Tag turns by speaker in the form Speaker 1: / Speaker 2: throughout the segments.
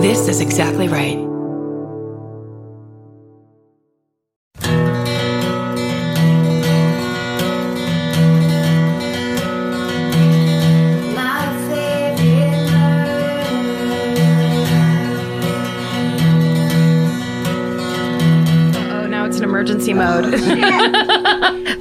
Speaker 1: This is exactly right.
Speaker 2: Oh, now it's in emergency mode.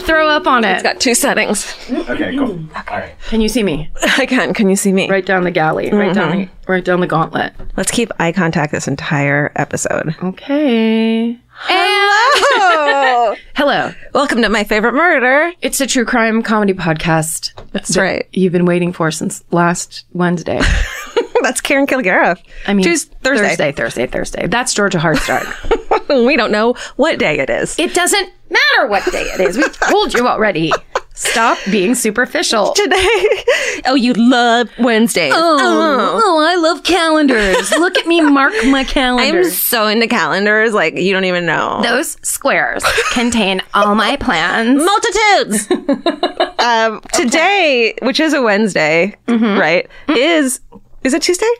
Speaker 2: Throw up on it.
Speaker 3: It's got two settings.
Speaker 4: Okay, cool. All right.
Speaker 2: Can you see me?
Speaker 3: I can. Can you see me?
Speaker 2: Right down the galley. Right down. The, right down the gauntlet.
Speaker 3: Let's keep eye contact this entire episode.
Speaker 2: Okay.
Speaker 3: Hello.
Speaker 2: Hello.
Speaker 3: Welcome to my favorite murder.
Speaker 2: It's a true crime comedy podcast
Speaker 3: That's right.
Speaker 2: you've been waiting for since last Wednesday.
Speaker 3: That's Karen Kilgariff.
Speaker 2: I mean,
Speaker 3: Tuesday, Thursday.
Speaker 2: Thursday, Thursday, Thursday. That's Georgia Hardstark.
Speaker 3: We don't know what day it is.
Speaker 2: it doesn't matter what day it is. We told you already. Stop being superficial.
Speaker 3: Today. oh, you love Wednesdays.
Speaker 2: Oh, oh, I love calendars. Look at me mark my calendar.
Speaker 3: I'm so into calendars. Like, you don't even know.
Speaker 2: Those squares contain all my plans.
Speaker 3: Multitudes. um, today, which is a Wednesday, right? Is is it Tuesday?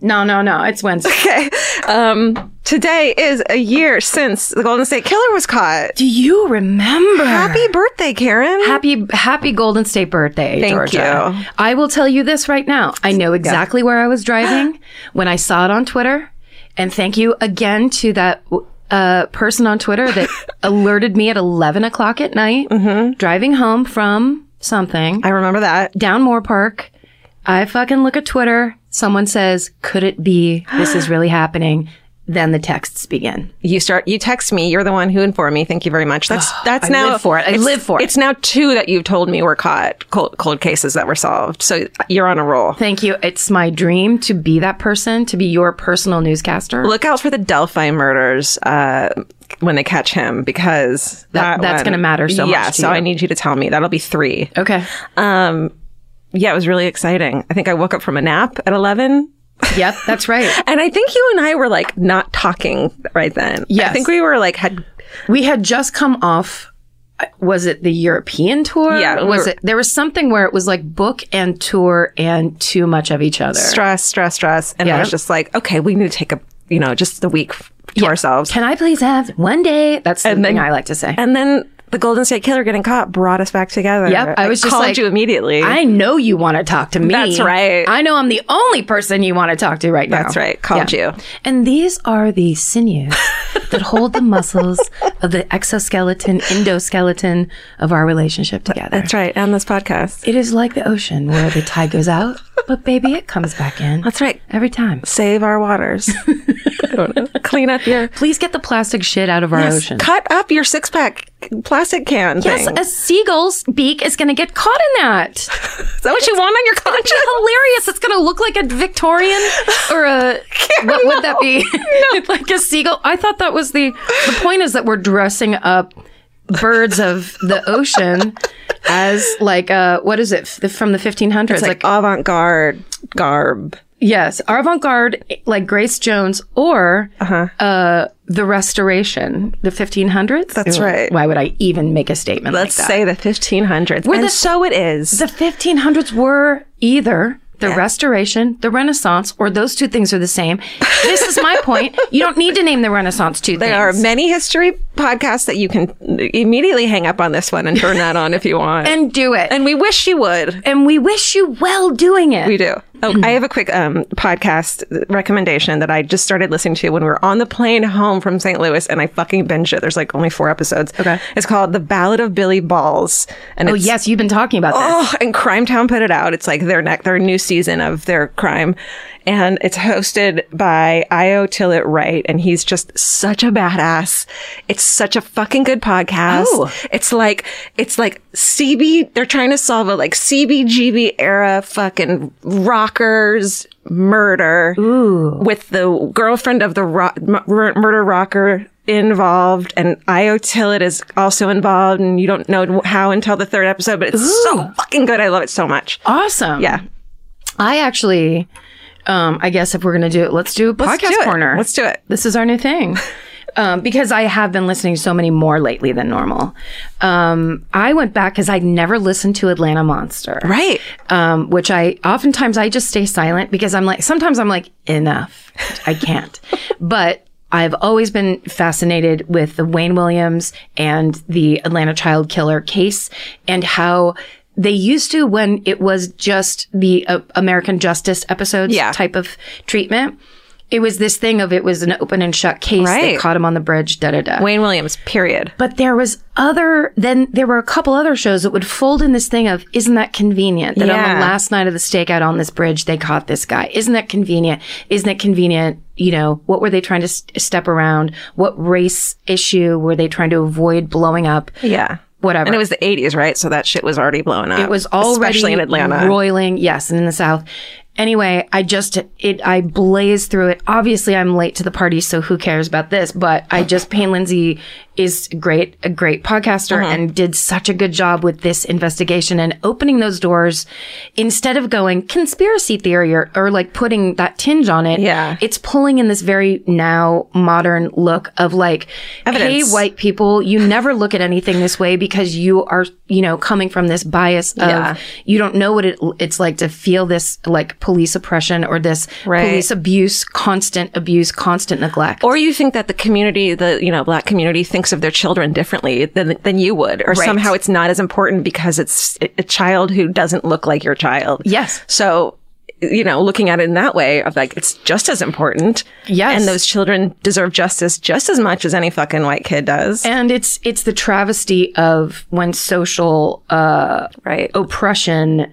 Speaker 2: No, no, no. It's Wednesday.
Speaker 3: Okay. Um, today is a year since the Golden State Killer was caught.
Speaker 2: Do you remember?
Speaker 3: Happy birthday, Karen.
Speaker 2: Happy, happy Golden State birthday,
Speaker 3: Thank
Speaker 2: Georgia.
Speaker 3: you.
Speaker 2: I will tell you this right now. I know exactly where I was driving when I saw it on Twitter. And thank you again to that uh, person on Twitter that alerted me at 11 o'clock at night, driving home from something
Speaker 3: I remember that.
Speaker 2: down Moore Park. I fucking look at Twitter. Someone says, could it be this is really happening? Then the texts begin.
Speaker 3: You start. You text me. You're the one who informed me. Thank you very much. That's that's
Speaker 2: I
Speaker 3: now
Speaker 2: live for it. I
Speaker 3: it's-
Speaker 2: live for it.
Speaker 3: It's now two that you've told me were caught cold, cold cases that were solved. So uh, you're on a roll.
Speaker 2: Thank you. It's my dream to be that person, to be your personal newscaster.
Speaker 3: Look out for the Delphi murders uh, when they catch him because
Speaker 2: That-
Speaker 3: that,
Speaker 2: that's
Speaker 3: one-
Speaker 2: gonna matter so much
Speaker 3: Yeah.
Speaker 2: to
Speaker 3: so
Speaker 2: you.
Speaker 3: I need you to tell me. That'll be three.
Speaker 2: Okay.
Speaker 3: Um, yeah, it was really exciting. I think I woke up from a nap at eleven.
Speaker 2: Yep, that's right.
Speaker 3: And I think you and I were like not talking right then.
Speaker 2: Yes.
Speaker 3: I think we were like had
Speaker 2: We had just come off was it the European tour?
Speaker 3: Yeah, we
Speaker 2: Was
Speaker 3: were-
Speaker 2: it there was something where it was like book and tour and too much of each other.
Speaker 3: stress, stress, stress, and
Speaker 2: Yeah.
Speaker 3: I was just like, okay, we need to take a you know just the week f- to ourselves.
Speaker 2: Can I please have one day? That's the
Speaker 3: And then-
Speaker 2: thing I like to say.
Speaker 3: and then the Golden State Killer getting caught brought us back together.
Speaker 2: Yep, I was just
Speaker 3: called
Speaker 2: like,
Speaker 3: you immediately.
Speaker 2: I know you want to talk to me.
Speaker 3: That's right.
Speaker 2: I know I'm the only person you want to talk to right now.
Speaker 3: That's right. Called you.
Speaker 2: And these are the sinews that hold the muscles of the exoskeleton, endoskeleton of our relationship together.
Speaker 3: That's right. On this podcast,
Speaker 2: It is like the ocean where the tide goes out, but baby, it comes back in.
Speaker 3: that's right.
Speaker 2: Every time.
Speaker 3: Save our waters. I don't know. Clean up your
Speaker 2: Please get the plastic shit out of our ocean.
Speaker 3: cut up your six pack plastic can.
Speaker 2: Yes,
Speaker 3: thing.
Speaker 2: a seagull's beak is going to get caught in that.
Speaker 3: is that what you want on your conscience?
Speaker 2: hilarious. It's going to look like a Victorian or a what would that be? like a seagull. I thought that was the the point is that we're dressing up birds of the ocean as like uh what is it the, from the 1500s
Speaker 3: It's like avant garde garb.
Speaker 2: yes avant-garde like grace jones or
Speaker 3: Uh-huh.
Speaker 2: uh the restoration the 1500s
Speaker 3: That's right.
Speaker 2: why would i even make a statement
Speaker 3: Let's
Speaker 2: like that?
Speaker 3: say the 1500s. and
Speaker 2: the-
Speaker 3: so it is.
Speaker 2: The 1500s were either the Restoration, the Renaissance, or those two things are the same. This is my point. You don't need to name the Renaissance two things.
Speaker 3: There are many history podcasts that you can immediately hang up on this one and turn that on if you want.
Speaker 2: and do it. And,
Speaker 3: and we wish you would.
Speaker 2: we wish you well doing it.
Speaker 3: We do. Oh, I have a quick um, podcast recommendation that I just started listening to when we were on the plane home from St. Louis, and I fucking binged it. There's like only four episodes.
Speaker 2: Okay.
Speaker 3: It's called "The Ballad of Billy Balls," and
Speaker 2: oh,
Speaker 3: it's
Speaker 2: yes, you've been talking about this.
Speaker 3: Oh, and Crime Town put it out. It's like their neck, their new season of their crime, and it's hosted by Io Tillett Wright, and he's just such a badass. It's such a fucking good podcast.
Speaker 2: Oh.
Speaker 3: It's like it's like CB. They're trying to solve a like CBGB era fucking rockers murder with the girlfriend of the ro- m- mur- murder rocker involved and Io Tillett is also involved and you don't know how until the third episode but it's so fucking good I love it so much
Speaker 2: Awesome.
Speaker 3: yeah
Speaker 2: I actually, um, I guess if we're going to do it, let's do a podcast
Speaker 3: do it.
Speaker 2: corner.
Speaker 3: Let's do it.
Speaker 2: This is our new thing. um, because I have been listening to so many more lately than normal. Um, I went back because I'd never listened to Atlanta Monster,
Speaker 3: Right.
Speaker 2: Um, which I oftentimes I just stay silent because I'm like sometimes I'm like enough, I can't. but I've always been fascinated with the Wayne Williams and the Atlanta child killer case and how. They used to when it was just the uh, American Justice episodes
Speaker 3: Yeah.
Speaker 2: type of treatment. It was this thing of it was an open and shut case. They
Speaker 3: Right.
Speaker 2: caught him on the bridge, da da da.
Speaker 3: Wayne Williams, period.
Speaker 2: But there was other, then there were a couple other shows that would fold in this thing of, isn't that convenient? That on
Speaker 3: Yeah.
Speaker 2: the last night of the stakeout on this bridge, they caught this guy. Isn't that convenient? Isn't it convenient? You know, what were they trying to st- step around? What race issue were they trying to avoid blowing up?
Speaker 3: Yeah.
Speaker 2: Whatever.
Speaker 3: And it was the 80s, right? So that shit was already blowing up.
Speaker 2: It was already
Speaker 3: Especially in Atlanta.
Speaker 2: roiling. Yes, and in the South. Anyway, I just it I blazed through it. Obviously, I'm late to the party, so who cares about this? But I just Payne Lindsay is great, a great podcaster,
Speaker 3: Mm-hmm.
Speaker 2: and did such a good job with this investigation and opening those doors instead of going conspiracy theory or, or like putting that tinge on it.
Speaker 3: Yeah.
Speaker 2: it's pulling in this very now modern look of like, hey,
Speaker 3: Evidence.
Speaker 2: white white people, you never look at anything this way because you are, you know, coming from this bias of
Speaker 3: Yeah.
Speaker 2: you don't know what it, it's like to feel this like police oppression or this
Speaker 3: Right.
Speaker 2: police abuse, constant abuse, constant neglect.
Speaker 3: or you think that the community, the you know black community, thinks of their children differently than than you would, or somehow it's not as important because it's a- a child who doesn't look like your child.
Speaker 2: Yes.
Speaker 3: So, you know, looking at it in that way of like it's just as important.
Speaker 2: Yes.
Speaker 3: And those children deserve justice just as much as any fucking white kid does.
Speaker 2: and it's it's the travesty of when social uh,
Speaker 3: right.
Speaker 2: oppression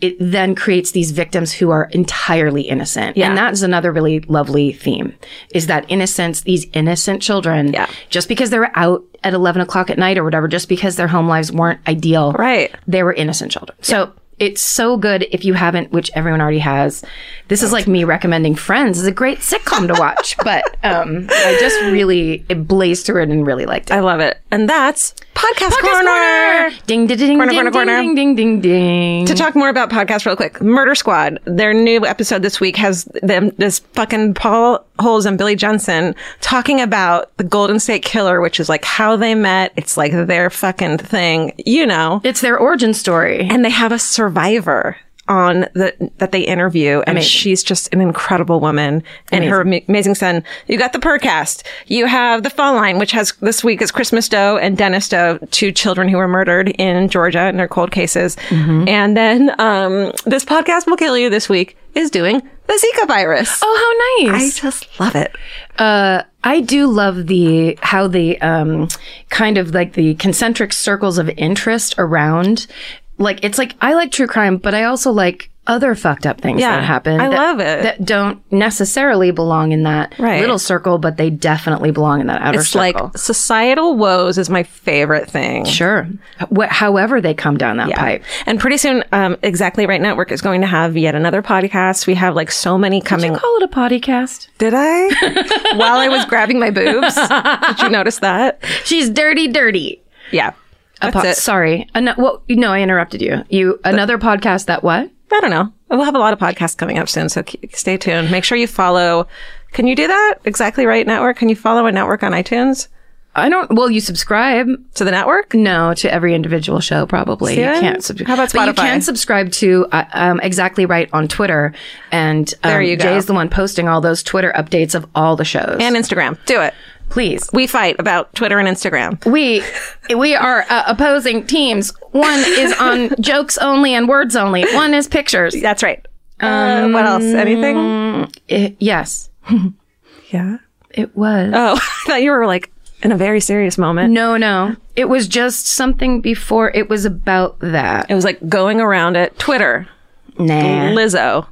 Speaker 2: it then creates these victims who are entirely innocent
Speaker 3: Yeah.
Speaker 2: and that's another really lovely theme is that innocence these innocent children
Speaker 3: Yeah.
Speaker 2: just because they were out at 11 o'clock at night or whatever just because their home lives weren't ideal
Speaker 3: Right.
Speaker 2: they were innocent children so it's so good if you haven't which everyone already has this is like me recommending friends is a great sitcom to watch but um i just really it blazed through it and really liked it
Speaker 3: I love it. And that's podcast, corner.
Speaker 2: ding ding ding
Speaker 3: Corner,
Speaker 2: ding,
Speaker 3: corner,
Speaker 2: ding,
Speaker 3: corner.
Speaker 2: ding ding ding ding
Speaker 3: To talk more about podcast real quick, Murder Squad, their new episode this week has them this fucking Paul Holes and Billy Johnson talking about the Golden State Killer, which is like how they met. It's like their fucking thing, you know.
Speaker 2: It's their origin story.
Speaker 3: And they have a survivor on the that they interview, and she's just an incredible woman. And her ama- amazing son. You got the Percast. You have the Fall Line, which has this week is Christmas Doe and Dennis Doe, two children who were murdered in Georgia in their cold cases. And then um, this podcast will kill you this week is doing the Zika virus.
Speaker 2: Oh, how
Speaker 3: I
Speaker 2: nice.
Speaker 3: just love it.
Speaker 2: uh, I do love the how the um, kind of like the concentric circles of interest around. Like it's like I like true crime, but I also like other fucked up things
Speaker 3: Yeah,
Speaker 2: that happen.
Speaker 3: I
Speaker 2: that-
Speaker 3: love it.
Speaker 2: That don't necessarily belong in that
Speaker 3: Right.
Speaker 2: little circle, but they definitely belong in that outer
Speaker 3: It's like
Speaker 2: circle.
Speaker 3: societal woes is my favorite thing.
Speaker 2: sure, Wh- however they come down that pipe.
Speaker 3: And pretty soon, um, Exactly Right Network is going to have yet another podcast. We have like so many coming.
Speaker 2: You call it a podcast.
Speaker 3: Did I? While I was grabbing my boobs. Did you notice that?
Speaker 2: She's dirty, dirty.
Speaker 3: Yeah.
Speaker 2: A
Speaker 3: That's
Speaker 2: po-
Speaker 3: it.
Speaker 2: sorry. Ano- well, no, I interrupted you. You another podcast that what?
Speaker 3: I don't know. We'll have a lot of podcasts coming up soon, so ke- stay tuned. Make sure you follow. Can you do that? Exactly Right Network? Can you follow a network on iTunes
Speaker 2: I don't. Well, you subscribe.
Speaker 3: to the network?
Speaker 2: No, to every individual show, probably. You
Speaker 3: Yeah?
Speaker 2: can't subscribe.
Speaker 3: How about
Speaker 2: But you
Speaker 3: Spotify?
Speaker 2: can subscribe to uh, um, Exactly Right on Twitter. And um,
Speaker 3: There you go.
Speaker 2: Jay is the one posting all those Twitter updates of all the shows.
Speaker 3: And Instagram. Do it.
Speaker 2: please.
Speaker 3: We fight about Twitter and Instagram.
Speaker 2: We we are uh, opposing teams. One is on jokes only and words only. One is pictures.
Speaker 3: That's right. Uh, what else?
Speaker 2: Um,
Speaker 3: Anything?
Speaker 2: I- yes,
Speaker 3: Yeah.
Speaker 2: it was.
Speaker 3: Oh, I thought you were like in a very serious moment.
Speaker 2: no, no, it was just something before. It was about that.
Speaker 3: It was like going around it. Twitter,
Speaker 2: Nah,
Speaker 3: Lizzo.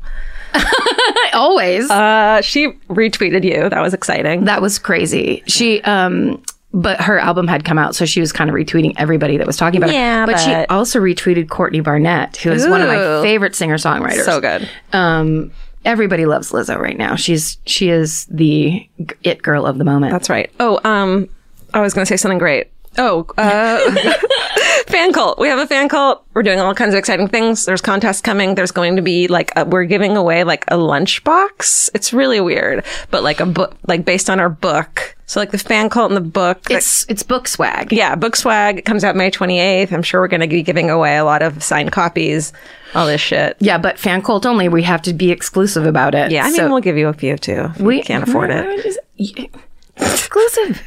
Speaker 2: always.
Speaker 3: Uh, she retweeted you. That was exciting.
Speaker 2: That was crazy. She, um, but her album had come out, so she was kind of retweeting everybody that was talking about
Speaker 3: Yeah,
Speaker 2: it. But, she
Speaker 3: but-
Speaker 2: also retweeted Courtney Barnett, who is one of my
Speaker 3: Ooh.
Speaker 2: favorite singer songwriters.
Speaker 3: So good.
Speaker 2: Um, everybody loves Lizzo right now. She's she is the g- it girl of the moment.
Speaker 3: That's right. Oh, um, I was going to say something great. Oh, uh, fan cult. We have a fan cult. We're doing all kinds of exciting things. There's contests coming. There's going to be like a, we're giving away like a lunchbox. It's really weird, but like a book, like based on our book. So like the fan cult and the book. that-
Speaker 2: It's it's book swag.
Speaker 3: yeah, book swag comes out May 28th. I'm sure we're going to be giving away a lot of signed copies, all this shit.
Speaker 2: Yeah, but fan cult only. We have to be exclusive about it.
Speaker 3: Yeah, I mean,
Speaker 2: So
Speaker 3: we'll give you a few too. If we can't afford it.
Speaker 2: Just- y- exclusive.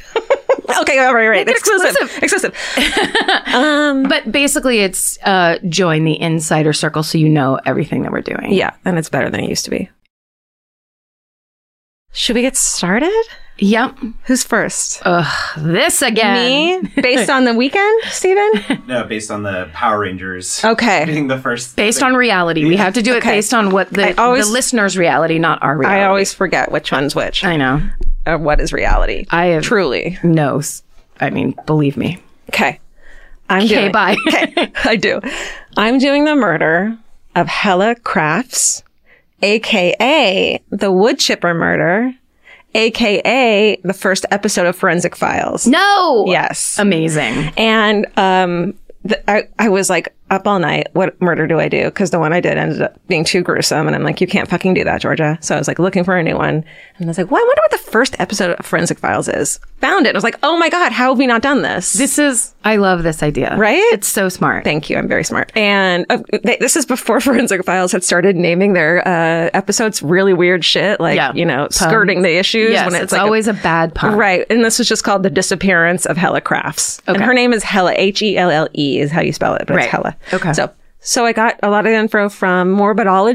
Speaker 3: Okay, all right, right.
Speaker 2: Make it
Speaker 3: Exclusive. Exclusive. Um,
Speaker 2: but basically, it's uh, join the insider circle so you know everything that we're doing.
Speaker 3: Yeah, and it's better than it used to be. Should we get started?
Speaker 2: Yep.
Speaker 3: Who's first?
Speaker 2: Ugh, this again.
Speaker 3: Me? Based on the weekend, Steven?
Speaker 1: No, based on the Power Rangers.
Speaker 3: Okay.
Speaker 1: Being the first.
Speaker 2: Based on reality. We have to do it
Speaker 3: Okay.
Speaker 2: based on what the,
Speaker 3: I always-
Speaker 2: the listener's reality, not our reality.
Speaker 3: I always forget which one's which.
Speaker 2: I know.
Speaker 3: Or what is reality?
Speaker 2: I have
Speaker 3: Truly.
Speaker 2: no. s- I mean, believe me.
Speaker 3: Okay. I'm
Speaker 2: Okay,
Speaker 3: doing,
Speaker 2: bye.
Speaker 3: I do. I'm doing the murder of Hella Crafts, aka the wood chipper murder, aka the first episode of Forensic Files.
Speaker 2: no.
Speaker 3: Yes.
Speaker 2: Amazing.
Speaker 3: And um, th- I, I was like up all night. What murder do I do? Because the one I did ended up being too gruesome, and I'm like, you can't fucking do that, Georgia. So I was like looking for a new one, and I was like, well, I wonder what the first episode of Forensic Files is. Found it. I was like, oh my god, how have we not done this?
Speaker 2: This is. I love this idea.
Speaker 3: Right?
Speaker 2: It's so smart.
Speaker 3: Thank you. I'm very smart. And uh, they, this is before Forensic Files had started naming their uh, episodes really weird shit, like
Speaker 2: Yeah.
Speaker 3: you know, skirting the issues.
Speaker 2: yes.
Speaker 3: when it's,
Speaker 2: it's
Speaker 3: like a-
Speaker 2: always a, bad pun.
Speaker 3: Right. And this was just called The Disappearance of Hella Crafts. And
Speaker 2: Okay.
Speaker 3: her name is Hella, H E L L E is how you spell it, but
Speaker 2: Right.
Speaker 3: it's Hella.
Speaker 2: Okay.
Speaker 3: So, so I got a lot of info from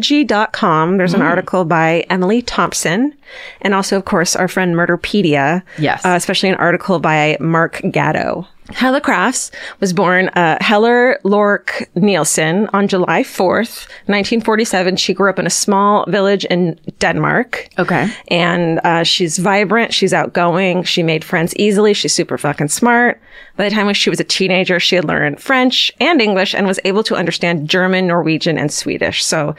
Speaker 3: morbidology.com. There's an
Speaker 2: Mm.
Speaker 3: article by Emily Thompson and also, of course, our friend Murderpedia.
Speaker 2: Yes.
Speaker 3: Uh, especially an article by Mark Gatto. Hella Crafts was born uh, Heller Lork Nielsen on July 4th, 1947. She grew up in a small village in Denmark
Speaker 2: Okay.
Speaker 3: and uh, she's vibrant. She's outgoing. She made friends easily. She's super fucking smart. By the time she was a teenager, she had learned French and English and was able to understand German, Norwegian, and Swedish. So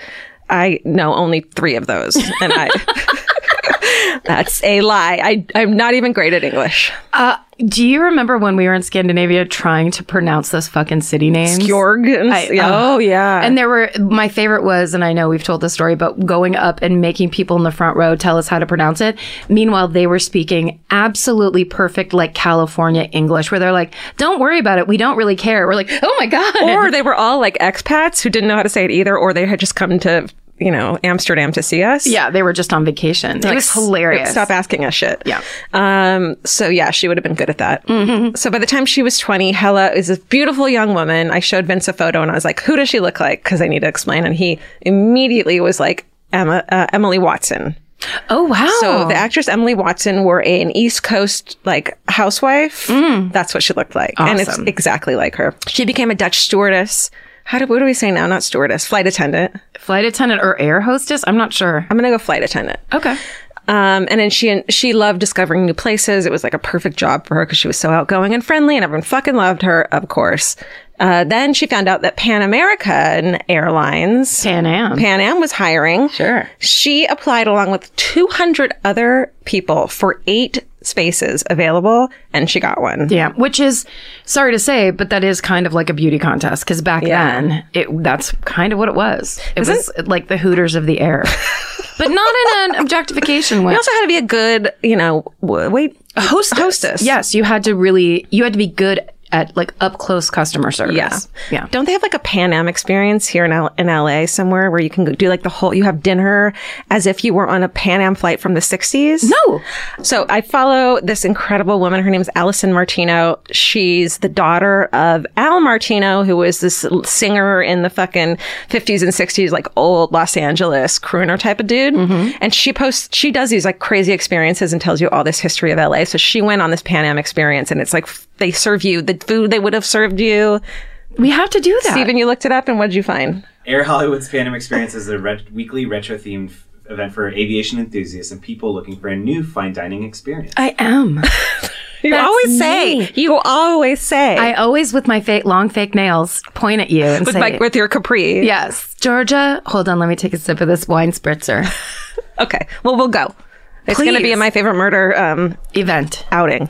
Speaker 3: I know only three of those, and I. That's a lie. I, I'm not even great at English.
Speaker 2: Uh, do you remember when we were in Scandinavia trying to pronounce those fucking city names?
Speaker 3: Georg.
Speaker 2: oh,
Speaker 3: yeah.
Speaker 2: And there were my favorite was, and I know we've told this story, but going up and making people in the front row tell us how to pronounce it. Meanwhile, they were speaking absolutely perfect, like California English, where they're like, "Don't worry about it. We don't really care." We're like, "Oh my god!"
Speaker 3: or they were all like expats who didn't know how to say it either, or they had just come to, you know, Amsterdam to see us.
Speaker 2: yeah, they were just on vacation. it was
Speaker 3: s-
Speaker 2: hilarious.
Speaker 3: Stop asking us shit.
Speaker 2: Yeah. Mm-hmm.
Speaker 3: Um, so yeah, she would have been good at that. So by the time she was 20, Hella is a beautiful young woman. I showed Vince a photo and I was like, who does she look like? Cause I need to explain. And he immediately was like, Emma, uh, Emily Watson.
Speaker 2: oh wow!
Speaker 3: So the actress Emily Watson wore an East Coast like housewife. That's what she looked like, and it's
Speaker 2: Mm. Awesome.
Speaker 3: exactly like her. She became a Dutch stewardess. How do what do we say now? Not stewardess, flight attendant.
Speaker 2: flight attendant or air hostess? I'm not sure.
Speaker 3: I'm gonna go flight attendant.
Speaker 2: Okay.
Speaker 3: Um, and then she she loved discovering new places. It was like a perfect job for her because she was so outgoing and friendly, and everyone fucking loved her, of course. Uh, then she found out that Pan American Airlines,
Speaker 2: Pan Am.
Speaker 3: Pan Am was hiring.
Speaker 2: Sure.
Speaker 3: She applied along with 200 other people for eight spaces available, and she got one.
Speaker 2: Yeah, which is sorry to say, but that is kind of like a beauty contest because back then it that's kind of what it was. It was like the Hooters of the air, but not in an objectification way.
Speaker 3: You also had to be a good, you know, w- wait, hostess. Hostess.
Speaker 2: yes, you had to really you had to be good at like up close customer service.
Speaker 3: Yeah.
Speaker 2: yeah.
Speaker 3: Don't they have like a Pan Am experience here in, L- in LA somewhere where you can go do like the whole, you have dinner as if you were on a Pan Am flight from the 60s?
Speaker 2: No.
Speaker 3: So I follow this incredible woman. Her name is Allison Martino. She's the daughter of Al Martino, who was this l- singer in the fucking 50s and 60s, like old Los Angeles crooner type of dude.
Speaker 2: Mm-hmm.
Speaker 3: And she posts, she does these like crazy experiences and tells you all this history of LA. So she went on this Pan Am experience and it's like f- they serve you the food they would have served you.
Speaker 2: we have to do that.
Speaker 3: Steven, you looked it up and what did you find?
Speaker 1: Air Hollywood's Phantom Experience is a ret- weekly retro themed event for aviation enthusiasts and people looking for a new fine dining experience.
Speaker 2: I am.
Speaker 3: You
Speaker 2: That's
Speaker 3: always
Speaker 2: me.
Speaker 3: say, you always say,
Speaker 2: I always with my fake long fake nails point at you and
Speaker 3: with,
Speaker 2: say.
Speaker 3: my, with your capri.
Speaker 2: Yes, Georgia. Hold on, let me take a sip of this wine spritzer
Speaker 3: Okay. Well, we'll go. It's going to be
Speaker 2: Please.
Speaker 3: in my favorite murder um,
Speaker 2: event.
Speaker 3: outing.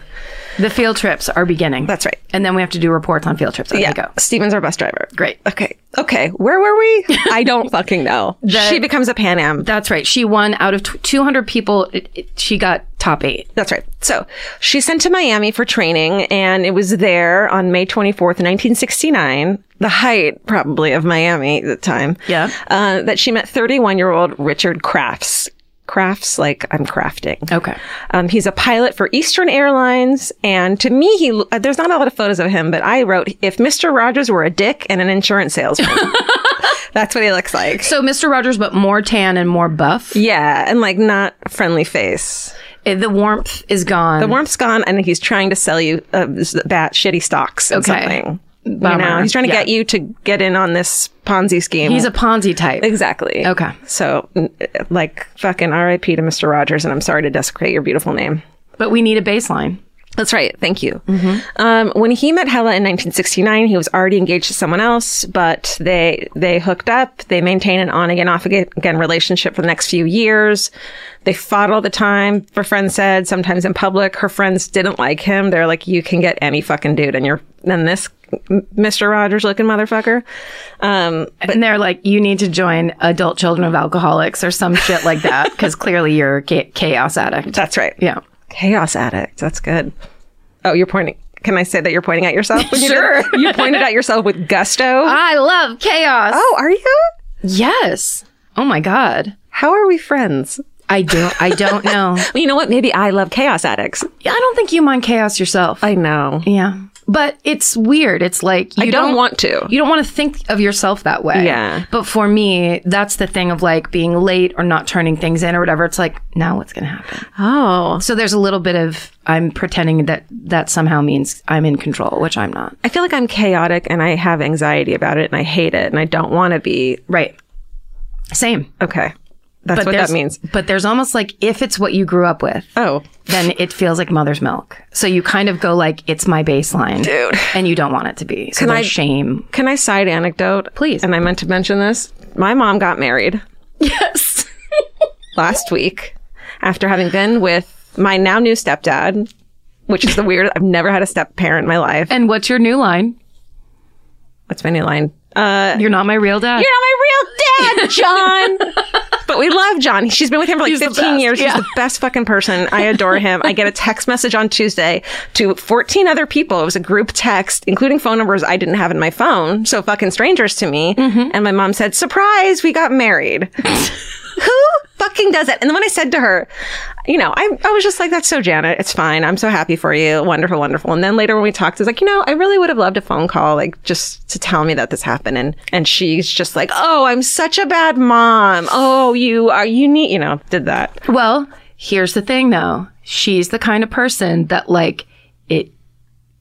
Speaker 2: The field trips are beginning.
Speaker 3: That's right.
Speaker 2: And then we have to do reports on field trips. Okay,
Speaker 3: Yeah.
Speaker 2: go.
Speaker 3: Steven's our bus driver.
Speaker 2: Great.
Speaker 3: Okay. Okay. Where were we? I don't fucking know. she becomes a Pan Am.
Speaker 2: That's right. She won out of t- 200 people. It, it, she got top eight.
Speaker 3: That's right. So she's sent to Miami for training, and it was there on May 24th, 1969, the height probably of Miami at the time.
Speaker 2: Yeah.
Speaker 3: Uh, that she met 31 year old Richard Crafts. Crafts, like I'm crafting.
Speaker 2: Okay.
Speaker 3: Um, he's a pilot for Eastern Airlines, and to me, he uh, there's not a lot of photos of him, but I wrote if Mr. Rogers were a dick and an insurance salesman, that's what he looks like.
Speaker 2: So Mr. Rogers, but more tan and more buff.
Speaker 3: yeah, and like not friendly face.
Speaker 2: Eh, The warmth is gone.
Speaker 3: The warmth's gone, and he's trying to sell you uh, s- bat shitty stocks and
Speaker 2: Okay.
Speaker 3: something. You
Speaker 2: Bummer.
Speaker 3: know, he's trying to
Speaker 2: Yeah.
Speaker 3: get you to get in on this Ponzi scheme.
Speaker 2: He's a Ponzi type.
Speaker 3: exactly
Speaker 2: Okay.
Speaker 3: So, n- like, fucking R.I.P. to Mr. Rogers, and I'm sorry to desecrate your beautiful name.
Speaker 2: But we need a baseline.
Speaker 3: That's right. Thank you.
Speaker 2: Mm-hmm.
Speaker 3: Um, when he met Hella in 1969, he was already engaged to someone else, but they they hooked up. They maintained an on again, off again again relationship for the next few years. They fought all the time. Her friends said sometimes in public. Her friends didn't like him. They're like, you can get any fucking dude, and you're and this Mr. Rogers looking motherfucker. Um,
Speaker 2: and they're like, you need to join Adult Children of Alcoholics or some shit like that because clearly you're a cha- chaos addict.
Speaker 3: that's right.
Speaker 2: Yeah.
Speaker 3: Chaos addict. That's good. Oh, you're pointing. Can I say that you're pointing at yourself? when you did
Speaker 2: Sure. Uh,
Speaker 3: that? You pointed at yourself with gusto.
Speaker 2: I love chaos.
Speaker 3: Oh, are you?
Speaker 2: Yes. Oh my God.
Speaker 3: How are we friends?
Speaker 2: I don't. I don't know.
Speaker 3: Well, you know what? Maybe I love chaos addicts.
Speaker 2: I don't think you mind chaos yourself.
Speaker 3: I know.
Speaker 2: yeah. But it's weird. It's like you
Speaker 3: I don't want to.
Speaker 2: You don't want to think of yourself that way.
Speaker 3: Yeah.
Speaker 2: But for me, that's the thing of like being late or not turning things in or whatever. It's like now what's going to happen.
Speaker 3: Oh.
Speaker 2: So there's a little bit of I'm pretending that that somehow means I'm in control, which I'm not.
Speaker 3: I feel like I'm chaotic and I have anxiety about it and I hate it and I don't want to be.
Speaker 2: Right. Same.
Speaker 3: Okay. That's what
Speaker 2: there's-
Speaker 3: that means.
Speaker 2: But there's almost like if it's what you grew up with,
Speaker 3: Oh.
Speaker 2: then it feels like mother's milk. So you kind of go like it's my baseline,
Speaker 3: Dude.
Speaker 2: and you don't want it to be. So
Speaker 3: Can
Speaker 2: there's
Speaker 3: I-
Speaker 2: shame.
Speaker 3: Can I side anecdote?
Speaker 2: Please.
Speaker 3: And I meant to mention this. My mom got married
Speaker 2: Yes.
Speaker 3: last week after having been with my now new stepdad, which is the weird. I've never had a step parent in my life.
Speaker 2: And what's your new line?
Speaker 3: That's my new line. Uh,
Speaker 2: You're not my real dad.
Speaker 3: You're not my real dad, John. but we love John. She's been with him for like
Speaker 2: He's the
Speaker 3: 15
Speaker 2: best.
Speaker 3: years.
Speaker 2: Yeah.
Speaker 3: He's the best fucking person. I adore him. I get a text message on Tuesday to 14 other people. It was a group text, including phone numbers I didn't have in my phone. So fucking strangers to me.
Speaker 2: Mm-hmm.
Speaker 3: And my mom said, surprise, we got married. Who fucking does that? And then when I said to her, you know, I, I was just like, that's so Janet. It's fine. I'm so happy for you. Wonderful, wonderful. And then later when we talked, I was like, you know, I really would have loved a phone call, like just to tell me that this happened. And, and she's just like, oh, I'm such a bad mom. Oh, you are, you need, you know, did that.
Speaker 2: Well, here's the thing though. She's the kind of person that like it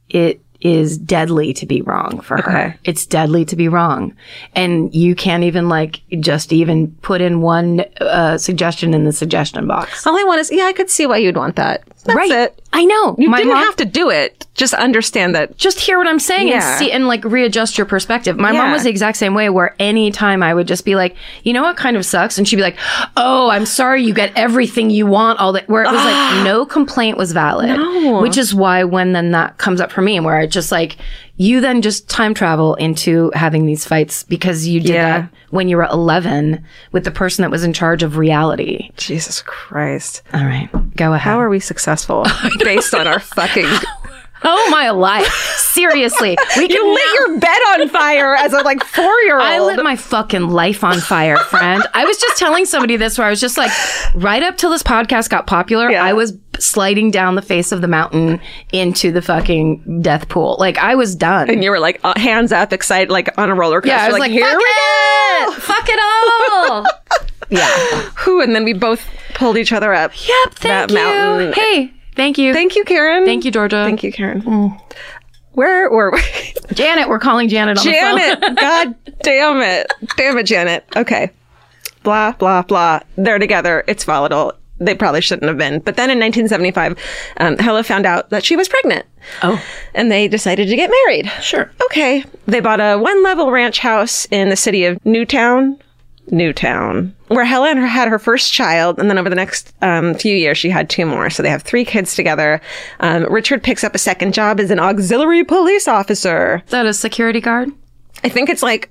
Speaker 2: it is deadly to be wrong for
Speaker 3: Okay.
Speaker 2: her. It's deadly to be wrong. And you can't even like just even put in one uh, suggestion in the suggestion box.
Speaker 3: All I want is, yeah, I could see why you'd want that. That's it.
Speaker 2: I know.
Speaker 3: You
Speaker 2: My
Speaker 3: didn't
Speaker 2: mom-
Speaker 3: have to do it. Just understand that.
Speaker 2: just hear what I'm saying
Speaker 3: Yeah.
Speaker 2: and see and like readjust your perspective. My
Speaker 3: Yeah.
Speaker 2: mom was the exact same way where any time I would just be like, you know what kind of sucks? And she'd be like, Oh, I'm sorry you get everything you want, all that where it was
Speaker 3: Ah.
Speaker 2: like no complaint was valid. Which is why when then that comes up for me where I just like you then just time travel into having these fights because you did
Speaker 3: Yeah.
Speaker 2: that when you were 11 with the person that was in charge of reality.
Speaker 3: Jesus Christ.
Speaker 2: All right, go ahead.
Speaker 3: How are we successful based on our fucking.
Speaker 2: oh my life! Seriously, we can
Speaker 3: You lit your bed on fire as a like four year old.
Speaker 2: I lit my fucking life on fire, friend. I was just telling somebody this where I was just like, right up till this podcast got popular,
Speaker 3: Yeah.
Speaker 2: I was sliding down the face of the mountain into the fucking death pool. Like, I was done.
Speaker 3: and you were like uh, hands up, excited, like on a roller coaster.
Speaker 2: yeah, I was like,
Speaker 3: here
Speaker 2: fuck
Speaker 3: we
Speaker 2: it! Fuck it all! yeah.
Speaker 3: go. Whew, And then we both pulled each other up.
Speaker 2: Yep, thank
Speaker 3: That
Speaker 2: you.
Speaker 3: mountain.
Speaker 2: Hey, thank you.
Speaker 3: Thank you, Karen.
Speaker 2: Thank you, Mm. Georgia.
Speaker 3: Thank you, Karen. Where were we?
Speaker 2: Janet, we're calling Janet on the phone.
Speaker 3: Janet. God damn it. Damn it, Janet. Okay. Blah, blah, blah. They're together. It's volatile. They probably shouldn't have been. But then in 1975, um, Hella found out that she was pregnant.
Speaker 2: Oh.
Speaker 3: And they decided to get married.
Speaker 2: Sure.
Speaker 3: Okay. They bought a one level ranch house in the city of Newtown, Newtown, where Helen had her first child, and then over the next um, few years, she had two more. So they have three kids together. Um, Richard picks up a second job as an auxiliary police officer.
Speaker 2: Is that a security guard?
Speaker 3: I think it's like,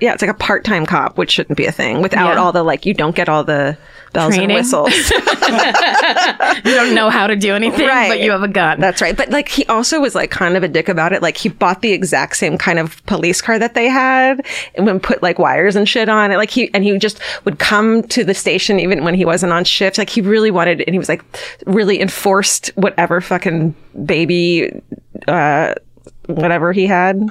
Speaker 3: yeah, it's like a part time cop, which shouldn't be a thing without all the, like, you don't get all the bells
Speaker 2: Training.
Speaker 3: and whistles.
Speaker 2: You don't know how to do anything, but
Speaker 3: Right.
Speaker 2: you have a gun.
Speaker 3: That's right. But like he also was like kind of a dick about it. Like he bought the exact same kind of police car that they had and then put like wires and shit on it. Like he and he just would come to the station even when he wasn't on shift. Like he really wanted and he was like really enforced whatever fucking baby uh whatever he had.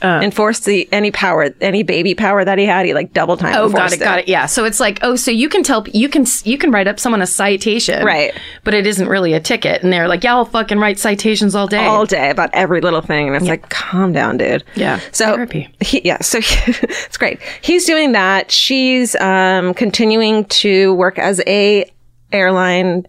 Speaker 2: Uh.
Speaker 3: enforced the any power any baby power that he had he like double time
Speaker 2: Oh, got
Speaker 3: enforced
Speaker 2: it, got it. Yeah. So it's like, oh, so you can tell you can you can write up someone a citation,
Speaker 3: Right.
Speaker 2: But it isn't really a ticket, and they're like, yeah, I'll fucking write citations all day.
Speaker 3: all day about every little thing. And it's like, calm down, dude.
Speaker 2: Yeah.
Speaker 3: So
Speaker 2: Therapy.
Speaker 3: He, yeah. So he, it's great. He's doing that. She's um, continuing to work as a airline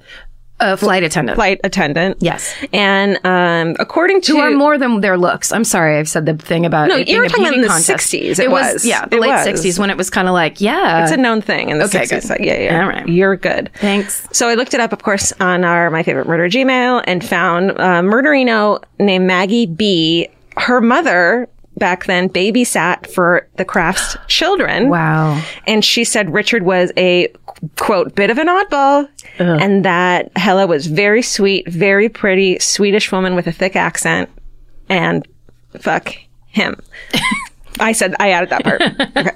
Speaker 2: a flight attendant.
Speaker 3: flight attendant.
Speaker 2: Yes.
Speaker 3: And um, according to
Speaker 2: who are more than their looks. I'm sorry, I've said the thing about no.
Speaker 3: you were talking about in the 60s, it was.
Speaker 2: yeah, the
Speaker 3: It
Speaker 2: late
Speaker 3: was.
Speaker 2: '60s when it was kind of like, yeah,
Speaker 3: it's a known thing in the
Speaker 2: Okay,
Speaker 3: 60s.
Speaker 2: good.
Speaker 3: So, yeah, yeah.
Speaker 2: All right.
Speaker 3: You're good.
Speaker 2: Thanks.
Speaker 3: So I looked it up, of course, on our My Favorite Murder Gmail and found a murderino named Maggie B. Her mother back then babysat for the Crafts children.
Speaker 2: wow.
Speaker 3: And she said Richard was a quote, bit of an oddball, and that Hella was very sweet, very pretty Swedish woman with a thick accent, and fuck him. I said, I added that part. Okay.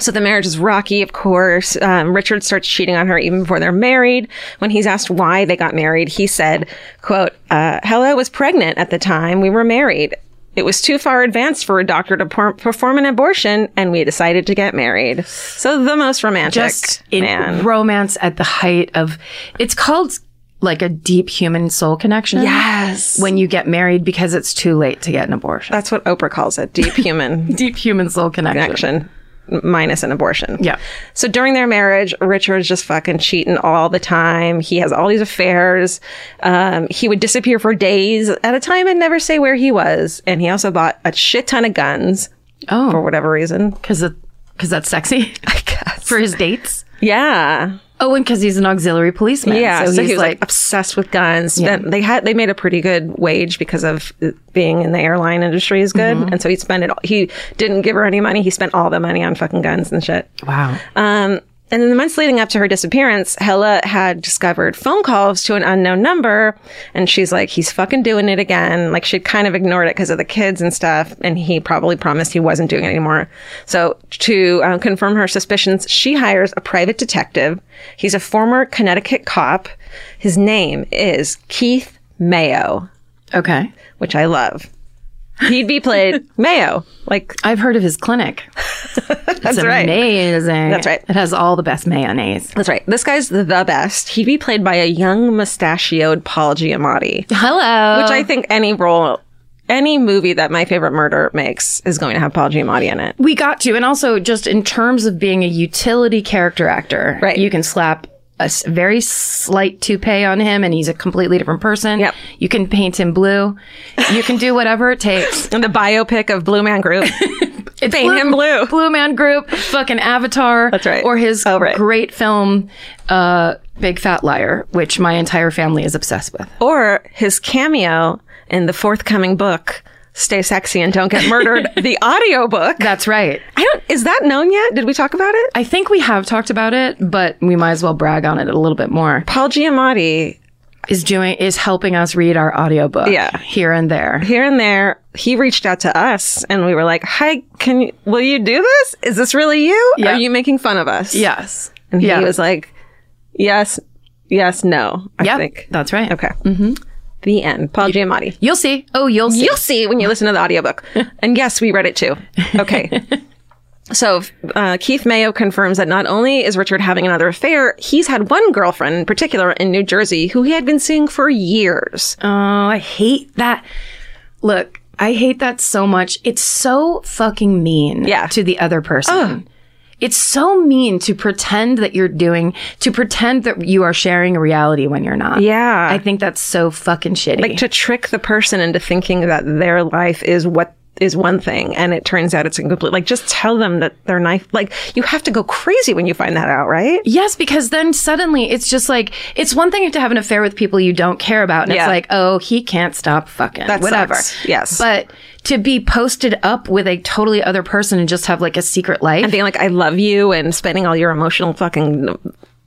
Speaker 3: So the marriage is rocky, of course. Um, Richard starts cheating on her even before they're married. When he's asked why they got married, he said, quote, uh, Hella was pregnant at the time we were married. It was too far advanced for a doctor to per- perform an abortion, and we decided to get married. So the most romantic
Speaker 2: Just in
Speaker 3: man.
Speaker 2: romance at the height of, it's called like a deep human soul connection.
Speaker 3: Yes.
Speaker 2: When you get married because it's too late to get an abortion.
Speaker 3: That's what Oprah calls it, deep human
Speaker 2: deep human soul connection.
Speaker 3: connection, m- minus an abortion.
Speaker 2: Yeah.
Speaker 3: So during their marriage, Richard's just fucking cheating all the time. He has all these affairs. Um, he would disappear for days at a time and never say where he was. And he also bought a shit ton of guns for
Speaker 2: Oh,
Speaker 3: whatever reason.
Speaker 2: because because that's sexy
Speaker 3: I guess.
Speaker 2: for his dates.
Speaker 3: Yeah.
Speaker 2: Oh, and because he's an auxiliary policeman.
Speaker 3: Yeah.
Speaker 2: So, he's
Speaker 3: he was like,
Speaker 2: like,
Speaker 3: obsessed with guns. Then They had they made a pretty good wage because of it being in the airline industry is good.
Speaker 2: Mm-hmm.
Speaker 3: And so he spent it all he didn't give her any money. He spent all the money on fucking guns and shit.
Speaker 2: wow.
Speaker 3: Um, and in the months leading up to her disappearance, Hella had discovered phone calls to an unknown number. And she's like, he's fucking doing it again. Like, she'd kind of ignored it because of the kids and stuff. And he probably promised he wasn't doing it anymore. So, to uh, confirm her suspicions, she hires a private detective. He's a former Connecticut cop. His name is Keith Mayo,
Speaker 2: Okay.
Speaker 3: which I love. He'd be played Mayo, like
Speaker 2: I've heard of his clinic. That's it's
Speaker 3: right.
Speaker 2: Amazing.
Speaker 3: That's right.
Speaker 2: It has all the best mayonnaise.
Speaker 3: That's right. This guy's the best. He'd be played by a young mustachioed Paul Giamatti, which
Speaker 2: Hello.
Speaker 3: I think any role, any movie that My Favorite Murder makes is going to have Paul Giamatti in it.
Speaker 2: we got to, and also just in terms of being a utility character actor,
Speaker 3: Right.
Speaker 2: You can slap a s- very slight toupee on him, and he's a completely different person.
Speaker 3: Yep.
Speaker 2: You can paint him blue. You can do whatever it takes.
Speaker 3: And the biopic of Blue Man Group.
Speaker 2: It's
Speaker 3: Paint him blue.
Speaker 2: Blue Man Group, fucking Avatar. That's
Speaker 3: right.
Speaker 2: Or his
Speaker 3: Oh, right.
Speaker 2: great film, uh, Big Fat Liar, which my entire family is obsessed with.
Speaker 3: or his cameo in the forthcoming book, Stay Sexy and Don't Get Murdered, the audiobook.
Speaker 2: That's right.
Speaker 3: I don't, is that known yet? Did we talk about it?
Speaker 2: I think we have talked about it, but we might as well brag on it a little bit more.
Speaker 3: Paul Giamatti,
Speaker 2: Is doing is helping us read our audiobook
Speaker 3: Yeah.
Speaker 2: here and there.
Speaker 3: here and there, he reached out to us and we were like, hi, can you, will you do this? Is this really you?
Speaker 2: Yeah.
Speaker 3: Are you making fun of us?
Speaker 2: Yes.
Speaker 3: And he
Speaker 2: yeah.
Speaker 3: was like, yes, yes, no, I
Speaker 2: Yep,
Speaker 3: think.
Speaker 2: That's right.
Speaker 3: Okay. Mm-hmm. The end. Paul Giamatti.
Speaker 2: You'll see. Oh, you'll see.
Speaker 3: You'll see when you listen to the audiobook. and yes, we read it too. Okay. So uh, Keith Mayo confirms that not only is Richard having another affair, he's had one girlfriend in particular in New Jersey who he had been seeing for years.
Speaker 2: Oh, I hate that. Look, I hate that so much. It's so fucking mean
Speaker 3: Yeah.
Speaker 2: to the other person. It's so mean to pretend that you're doing to pretend that you are sharing a reality when you're not.
Speaker 3: Yeah.
Speaker 2: I think that's so fucking shitty.
Speaker 3: to trick the person into thinking that their life is what is one thing and it turns out it's incomplete. Like just tell them that their knife like you have to go crazy when you find that out, right?
Speaker 2: Yes, because then suddenly it's just like it's one thing to have an affair with people you don't care about, and
Speaker 3: Yeah.
Speaker 2: it's like, oh, he can't stop fucking
Speaker 3: That
Speaker 2: whatever.
Speaker 3: sucks. Yes.
Speaker 2: but to be posted up with a totally other person and just have like a secret life,
Speaker 3: Being like I love you and spending all your emotional fucking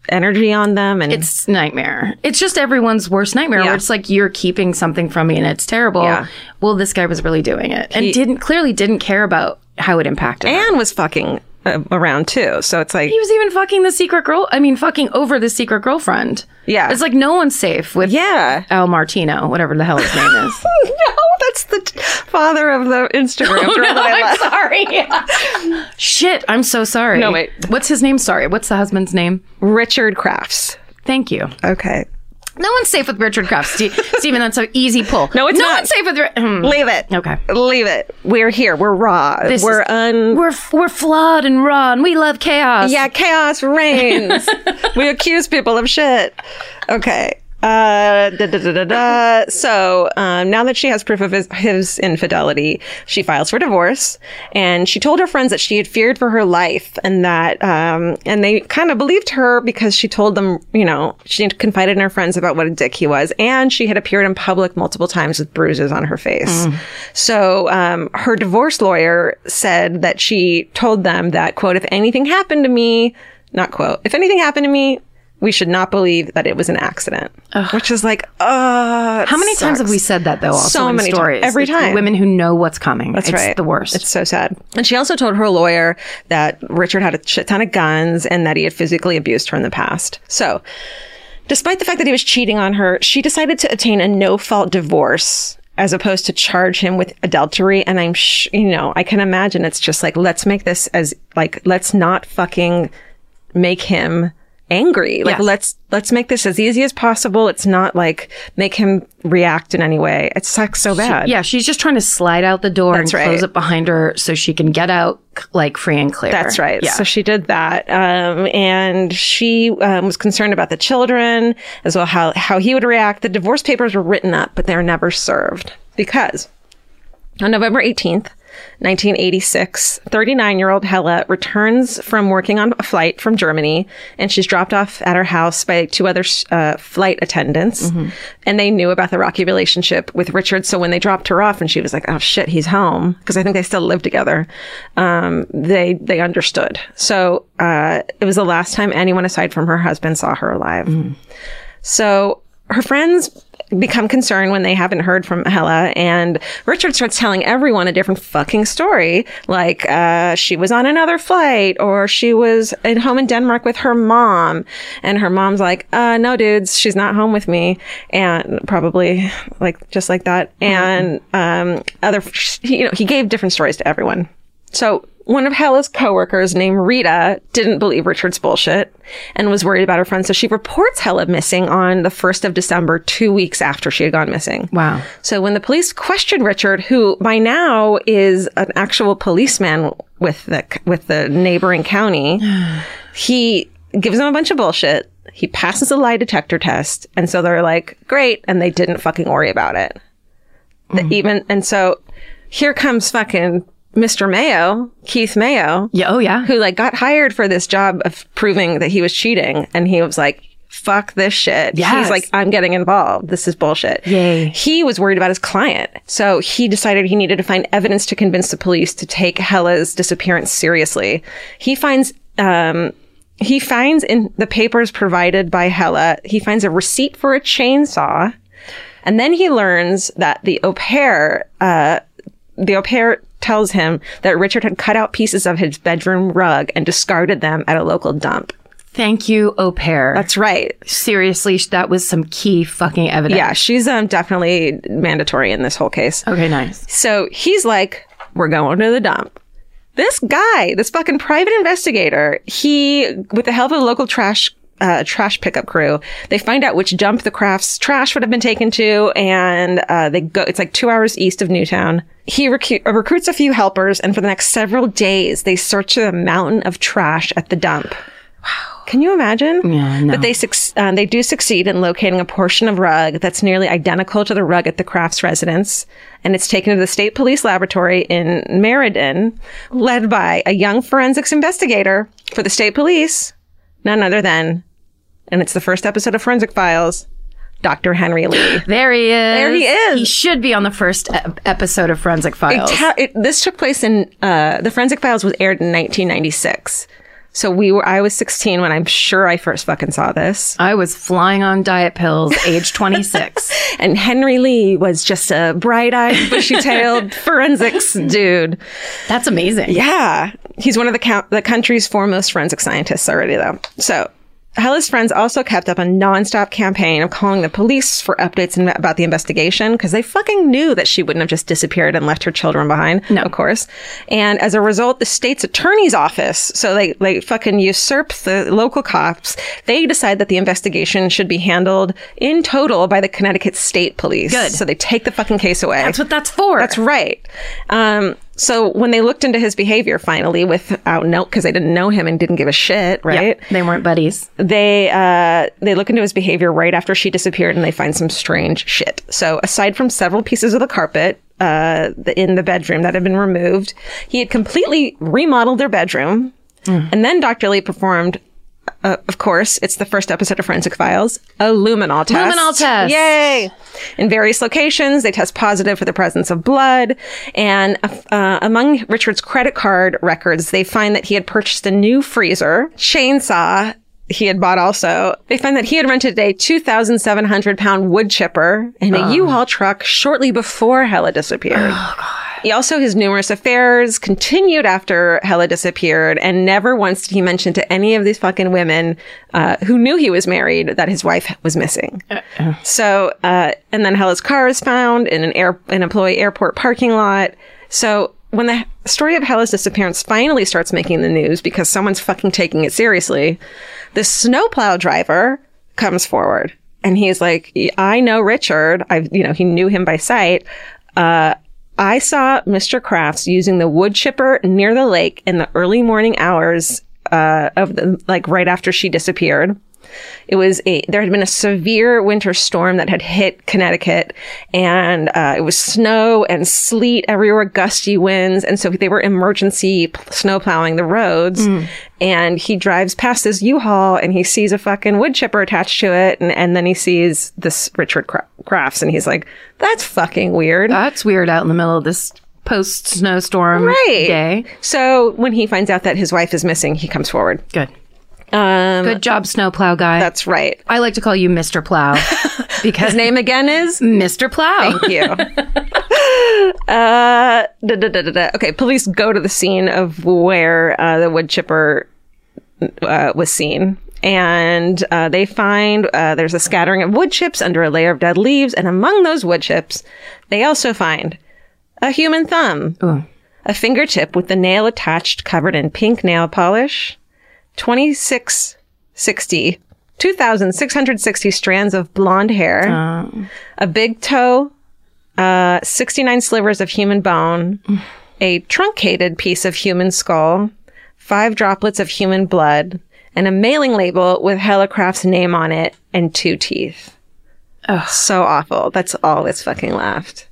Speaker 3: energy on them and
Speaker 2: it's nightmare. It's just everyone's worst nightmare.
Speaker 3: Yeah.
Speaker 2: Where it's like you're keeping something from me and it's terrible.
Speaker 3: Yeah.
Speaker 2: Well, this guy was really doing it and didn't clearly didn't care about how it impacted. him.
Speaker 3: Anne was fucking uh, around too. So it's like
Speaker 2: He was even fucking the secret girl. I mean, fucking over the secret girlfriend.
Speaker 3: Yeah.
Speaker 2: it's like no one's safe with
Speaker 3: yeah.
Speaker 2: Al Martino, whatever the hell his name is.
Speaker 3: no, that's the t- father of the Instagram
Speaker 2: Oh,
Speaker 3: girl that I love.
Speaker 2: I'm sorry. Shit, I'm so sorry.
Speaker 3: No, wait.
Speaker 2: What's his name? Sorry. What's the husband's name?
Speaker 3: Richard Crafts.
Speaker 2: Thank you.
Speaker 3: Okay.
Speaker 2: No one's safe with Richard Kraft. Ste Steven, that's an easy pull.
Speaker 3: No, it's
Speaker 2: no
Speaker 3: not.
Speaker 2: one's safe with. Ri- hmm.
Speaker 3: Leave it.
Speaker 2: Okay.
Speaker 3: Leave it. We're here. We're raw.
Speaker 2: This
Speaker 3: we're
Speaker 2: is-
Speaker 3: un.
Speaker 2: We're, we're flawed and raw and we love chaos.
Speaker 3: yeah, chaos reigns. we accuse people of shit. Okay. Uh, da, da, da, da, da. So um, now that she has proof of his, his infidelity, she files for divorce, and she told her friends that she had feared for her life, and that um, and they kind of believed her because she told them, you know, she confided in her friends about what a dick he was, and she had appeared in public multiple times with bruises on her face.
Speaker 2: Mm.
Speaker 3: So um, her divorce lawyer said that she told them that quote, if anything happened to me, not quote, if anything happened to me we should not believe that it was an accident. Which is like, uh
Speaker 2: How many times have we said that though? Also
Speaker 3: So
Speaker 2: in
Speaker 3: many times.
Speaker 2: stories.
Speaker 3: Every
Speaker 2: It's
Speaker 3: time.
Speaker 2: Women who know what's coming.
Speaker 3: That's
Speaker 2: it's
Speaker 3: right.
Speaker 2: the worst.
Speaker 3: It's so sad. And she also told her lawyer that Richard had a shit ton of guns and that he had physically abused her in the past. So, despite the fact that he was cheating on her, she decided to attain a no-fault divorce as opposed to charge him with adultery and I'm sh- you know, I can imagine it's just like let's make this as like let's not fucking make him angry. Like
Speaker 2: Yeah.
Speaker 3: let's let's make this as easy as possible. It's not like make him react in any way. It sucks so bad.
Speaker 2: yeah, she's just trying to slide out the door
Speaker 3: That's
Speaker 2: and close
Speaker 3: right.
Speaker 2: it behind her so she can get out like free and clear.
Speaker 3: That's right.
Speaker 2: Yeah.
Speaker 3: So she did that, um, and she um, was concerned about the children as well how how he would react. The divorce papers were written up, but they were never served because on November eighteenth. 1986, 39 year old Hella returns from working on a flight from Germany and she's dropped off at her house by two other uh, flight attendants. And they knew about the rocky relationship with Richard. So when they dropped her off and she was like, oh shit, he's home, because I think they still live together, um, they, they understood. So uh, it was the last time anyone aside from her husband saw her alive. So her friends become concerned when they haven't heard from Hella, and Richard starts telling everyone a different fucking story. Like, uh, she was on another flight, or she was at home in Denmark with her mom. And her mom's like, uh, no, dudes, she's not home with me. And probably like, just like that. And, um, other, you know, he gave different stories to everyone. So one of Hella's coworkers named Rita didn't believe Richard's bullshit and was worried about her friend. So she reports Hella missing on the 1st of December, two weeks after she had gone missing.
Speaker 2: Wow.
Speaker 3: So when the police questioned Richard, who by now is an actual policeman with the, with the neighboring county, he gives them a bunch of bullshit. He passes a lie detector test. And so they're like, great. And they didn't fucking worry about it. The- Even, and so here comes fucking Mr. Mayo, Keith Mayo,
Speaker 2: Yeah. Oh, yeah.
Speaker 3: who like got hired for this job of proving that he was cheating. And he was like, fuck this shit.
Speaker 2: Yes.
Speaker 3: He's like, I'm getting involved. This is bullshit.
Speaker 2: Yay.
Speaker 3: He was worried about his client. So he decided he needed to find evidence to convince the police to take Hella's disappearance seriously. He finds, um, he finds in the papers provided by Hella, he finds a receipt for a chainsaw. And then he learns that the au pair, uh, the au pair tells him that Richard had cut out pieces of his bedroom rug and discarded them at a local dump.
Speaker 2: Thank you, au pair.
Speaker 3: That's right.
Speaker 2: Seriously, sh- that was some key fucking evidence.
Speaker 3: Yeah, she's um, definitely mandatory in this whole case.
Speaker 2: Okay, nice.
Speaker 3: So he's like, we're going to the dump. This guy, this fucking private investigator, he, with the help of a local trash, uh, trash pickup crew, they find out which dump the craft's trash would have been taken to, and uh, they go. It's like two hours east of Newtown. He recu- uh, recruits a few helpers, and for the next several days, they search the mountain of trash at the dump. Can you imagine?
Speaker 2: Yeah, no.
Speaker 3: But they suc- uh, they do succeed in locating a portion of rug that's nearly identical to the rug at the Crafts residence, and it's taken to the state police laboratory in Meriden, led by a young forensics investigator for the state police, none other than, and it's the first episode of Forensic Files, Dr. Henry Lee.
Speaker 2: There he is. There
Speaker 3: he is.
Speaker 2: He should be on the first ep- episode of Forensic Files.
Speaker 3: It ta- it- this took place in uh, the Forensic Files was aired in 1996. So we were I was 16 when I'm sure I first fucking saw this.
Speaker 2: I was flying on diet pills, age 26.
Speaker 3: And Henry Lee was just a bright-eyed, bushy-tailed forensics dude.
Speaker 2: That's amazing.
Speaker 3: Yeah, he's one of the count- the country's foremost forensic scientists already though. So Hella's friends also kept up a nonstop campaign of calling the police for updates in- about the investigation because they fucking knew that she wouldn't have just disappeared and left her children behind. No, of course. And as a result, the state's attorney's office, so they they fucking usurp the local cops. They decide that the investigation should be handled in total by the Connecticut State Police.
Speaker 2: Good.
Speaker 3: So they take the fucking case away.
Speaker 2: That's what that's for.
Speaker 3: That's right. Um, so when they looked into his behavior finally without note, because they didn't know him and didn't give a shit, right?
Speaker 2: They weren't buddies.
Speaker 3: They uh, they look into his behavior right after she disappeared, and they find some strange shit. So aside from several pieces of the carpet uh, the- in the bedroom that had been removed, he had completely remodeled their bedroom, and then Dr. Lee performed. Uh, of course, it's the first episode of Forensic Files. A luminol test.
Speaker 2: Luminol test.
Speaker 3: Yay! In various locations, they test positive for the presence of blood. And uh, among Richard's credit card records, they find that he had purchased a new freezer, chainsaw. He had bought also. They find that he had rented a 2,700 pound wood chipper and a haul truck shortly before Hella disappeared. He also his numerous affairs continued after Hella disappeared, and never once did he mention to any of these fucking women uh, who knew he was married that his wife was missing. So, uh, and then Hella's car is found in an air an employee airport parking lot. So when the story of Hella's disappearance finally starts making the news because someone's fucking taking it seriously, this snowplow driver comes forward and he's like, "I know Richard. I've you know he knew him by sight." Uh, I saw Mr. Crafts using the wood chipper near the lake in the early morning hours uh, of the like right after she disappeared. It was a there had been a severe winter storm that had hit Connecticut, and uh, it was snow and sleet everywhere, gusty winds, and so they were emergency p- snow plowing the roads. And he drives past this U-Haul and he sees a fucking wood chipper attached to it, and, and then he sees this Richard Cra- Crafts, and he's like, "That's fucking weird."
Speaker 2: That's weird out in the middle of this post snowstorm
Speaker 3: Right.
Speaker 2: day.
Speaker 3: So when he finds out that his wife is missing, he comes forward.
Speaker 2: Good. Good job, snowplow guy.
Speaker 3: Um, That's right.
Speaker 2: I like to call you Mr. Plow because
Speaker 3: His name again is
Speaker 2: Mr. Plow.
Speaker 3: you. uh, da, da, da, da, da. Okay, police go to the scene of where uh, the wood chipper uh, was seen. And uh, they find uh, there's a scattering of wood chips under a layer of dead leaves. And among those wood chips, they also find a human thumb, a fingertip with the nail attached, covered in pink nail polish, 2660, 2,660 strands of blonde hair, a big toe, uh, 69 slivers of human bone, a truncated piece of human skull, five droplets of human blood, and a mailing label with Helicraft's name on it and two teeth. So awful. That's all that's fucking left.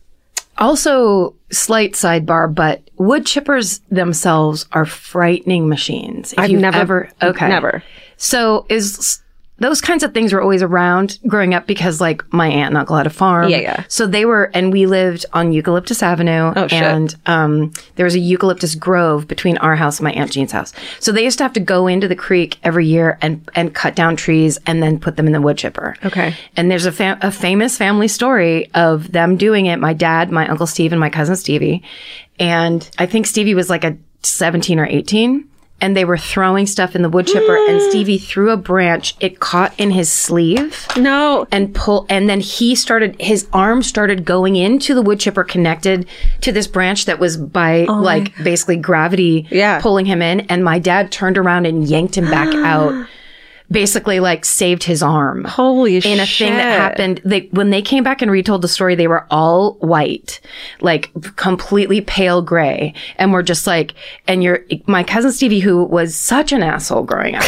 Speaker 2: Also, slight sidebar, but wood chippers themselves are frightening machines. If
Speaker 3: I've
Speaker 2: you've
Speaker 3: never-
Speaker 2: ever, okay,
Speaker 3: never.
Speaker 2: So is those kinds of things were always around growing up because like my aunt and uncle had a farm.
Speaker 3: Yeah, yeah.
Speaker 2: So they were, and we lived on Eucalyptus Avenue.
Speaker 3: Oh, shit.
Speaker 2: And um, there was a eucalyptus grove between our house and my aunt Jean's house. So they used to have to go into the creek every year and and cut down trees and then put them in the wood chipper.
Speaker 3: Okay.
Speaker 2: And there's a, fam- a famous family story of them doing it. My dad, my uncle Steve, and my cousin Stevie. And I think Stevie was like a 17 or 18. And they were throwing stuff in the wood chipper, and Stevie threw a branch. It caught in his sleeve
Speaker 3: No.
Speaker 2: and pull and then he started his arm started going into the wood chipper connected to this branch that was by like basically gravity
Speaker 3: Oh Yeah.
Speaker 2: pulling him in and my dad turned around and yanked him back out basically like saved his arm.
Speaker 3: Holy shit.
Speaker 2: in a thing that happened. They when they came back and retold the story, they were all white, like completely pale gray, and were just like. And your my cousin Stevie, who was such an asshole growing up,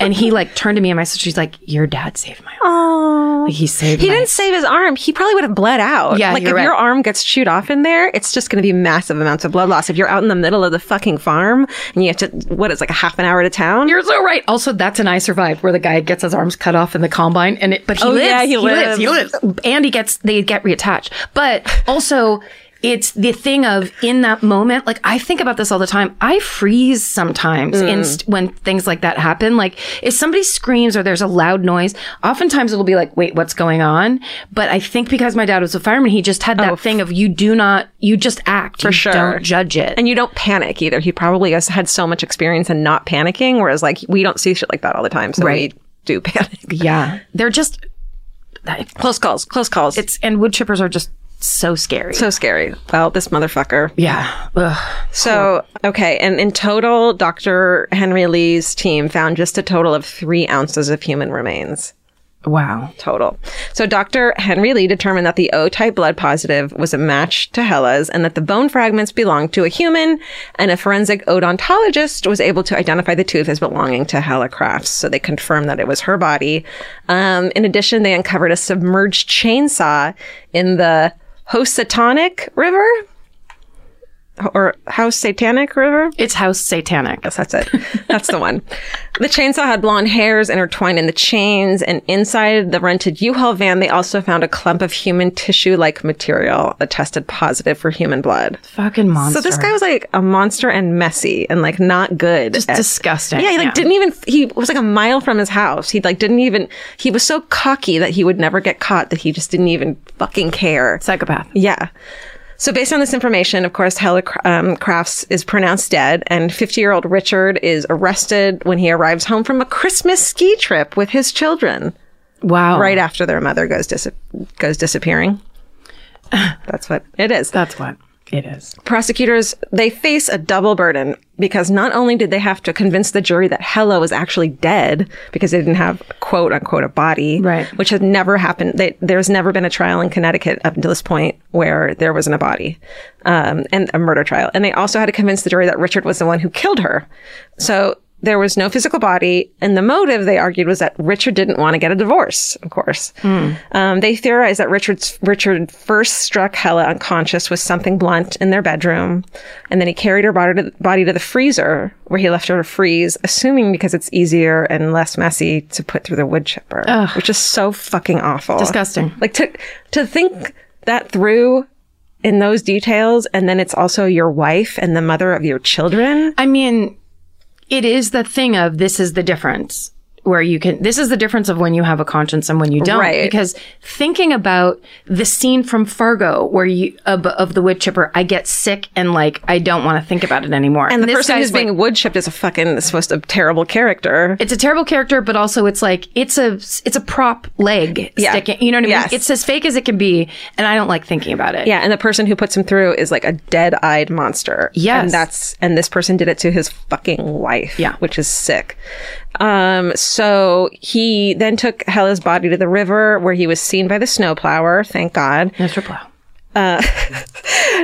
Speaker 2: and he like turned to me and my sister. She's like, "Your dad saved my arm.
Speaker 3: Oh.
Speaker 2: Like, he saved.
Speaker 3: He
Speaker 2: my-
Speaker 3: didn't save his arm. He probably would have bled out.
Speaker 2: Yeah,
Speaker 3: like
Speaker 2: you're
Speaker 3: if
Speaker 2: right.
Speaker 3: your arm gets chewed off in there, it's just going to be massive amounts of blood loss. If you're out in the middle of the fucking farm and you have to, what is like a half an hour to town?
Speaker 2: You're so right. Also, that's an I survived where the guy gets his arms cut off in the combine, and it. But he
Speaker 3: Oh,
Speaker 2: lives.
Speaker 3: yeah, he lives.
Speaker 2: He lives. And he gets. They get reattached. But also, it's the thing of in that moment. Like I think about this all the time. I freeze sometimes
Speaker 3: Mm.
Speaker 2: in st- when things like that happen. Like if somebody screams or there's a loud noise, oftentimes it'll be like, "Wait, what's going on?" But I think because my dad was a fireman, he just had that thing of you do not, you just act. For you
Speaker 3: sure.
Speaker 2: don't judge it.
Speaker 3: and you don't panic either. He probably has had so much experience in not panicking, whereas like we don't see shit like that all the time. So
Speaker 2: Right.
Speaker 3: we do panic.
Speaker 2: yeah, they're just.
Speaker 3: Close calls, close calls. It's
Speaker 2: It's and wood chippers are just so scary.
Speaker 3: so scary. Well, this motherfucker.
Speaker 2: Yeah. Ugh.
Speaker 3: So, okay. And in total, Dr. Henry Lee's team found just a total of three ounces of human remains.
Speaker 2: Wow.
Speaker 3: total. So Dr. Henry Lee determined that the O-type blood positive was a match to Hella's and that the bone fragments belonged to a human and a forensic odontologist was able to identify the tooth as belonging to Hella Crafts. So they confirmed that it was her body. Um, in addition, they uncovered a submerged chainsaw in the Housatonic River or House Satanic River.
Speaker 2: It's house satanic.
Speaker 3: Yes, that's it. That's the one. The chainsaw had blonde hairs intertwined in the chains, and inside the rented U-Haul van, they also found a clump of human tissue-like material that tested positive for human blood.
Speaker 2: Fucking monster.
Speaker 3: So this guy was like a monster and messy and like not good.
Speaker 2: Just
Speaker 3: at-
Speaker 2: disgusting.
Speaker 3: Yeah, he like didn't even. He was like a mile from his house. He like didn't even. He was so cocky that he would never get caught. That he just didn't even fucking care.
Speaker 2: Psychopath.
Speaker 3: Yeah. So based on this information, of course, Hella um, Crafts is pronounced dead, and 50-year-old Richard is arrested when he arrives home from a Christmas ski trip with his children
Speaker 2: Wow.
Speaker 3: right after their mother goes dis- goes disappearing. That's what it is.
Speaker 2: That's what it is.
Speaker 3: Prosecutors they face a double burden because not only did they have to convince the jury that Hella was actually dead because they didn't have quote unquote a body,
Speaker 2: Right.
Speaker 3: Which had never happened. They, there's never been a trial in Connecticut up until this point where there wasn't a body, um, and a murder trial. And they also had to convince the jury that Richard was the one who killed her. So there was no physical body, and the motive they argued was that Richard didn't want to get a divorce. Of course, um, they theorized that Richard's Richard first struck Hella unconscious with something blunt in their bedroom, and then he carried her body to, body to the freezer where he left her to freeze, assuming because it's easier and less messy to put through the wood chipper, which is so fucking awful,
Speaker 2: Disgusting.
Speaker 3: Like to to think that through in those details, and then it's also your wife and the mother of your children.
Speaker 2: I mean, it is the thing of this is the difference where you can this is the difference of when you have a conscience and when you don't
Speaker 3: Right.
Speaker 2: because thinking about the scene from Fargo where you of, of the wood chipper I get sick and like I don't want to think about it anymore
Speaker 3: And the
Speaker 2: this
Speaker 3: person
Speaker 2: guy's
Speaker 3: who's
Speaker 2: like-
Speaker 3: being wood chipped is a fucking is supposed to terrible character.
Speaker 2: it's a terrible character, but also it's like it's a it's a prop leg
Speaker 3: Yeah.
Speaker 2: sticking. You know what I
Speaker 3: Yes.
Speaker 2: mean? It's as fake as it can be, and I don't like thinking about it.
Speaker 3: Yeah, and the person who puts him through is like a dead-eyed monster.
Speaker 2: Yes.
Speaker 3: and that's and this person did it to his fucking wife.
Speaker 2: Yeah.
Speaker 3: which is sick. Um, so he then took Hella's body to the river where he was seen by the snowplower. Thank God,
Speaker 2: Mr. Plow.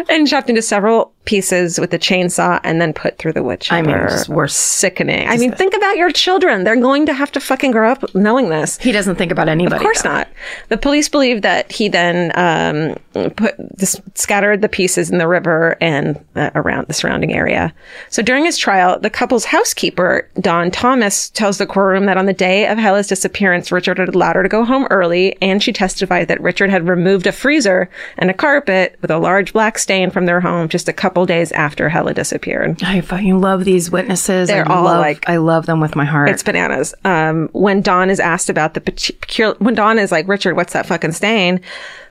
Speaker 3: and chopped into several pieces with the chainsaw, and then put through the wood chipper.
Speaker 2: I mean, it's worse.
Speaker 3: sickening. I mean, think about your children. They're going to have to fucking grow up knowing this.
Speaker 2: He doesn't think about anybody.
Speaker 3: Of course not. The police believe that he then um, put this, scattered the pieces in the river and uh, around the surrounding area. So during his trial, the couple's housekeeper, Don Thomas, tells the courtroom that on the day of Hella's disappearance, Richard had allowed her to go home early, and she testified that Richard had removed a freezer and a carpet with a large black stain from their home just a couple days after Hella disappeared.
Speaker 2: I fucking love these witnesses.
Speaker 3: They're
Speaker 2: I
Speaker 3: all
Speaker 2: love,
Speaker 3: like-
Speaker 2: I love them with my heart.
Speaker 3: It's bananas. Um, when Don is asked about the peculiar, when Don is like, Richard, what's that fucking stain?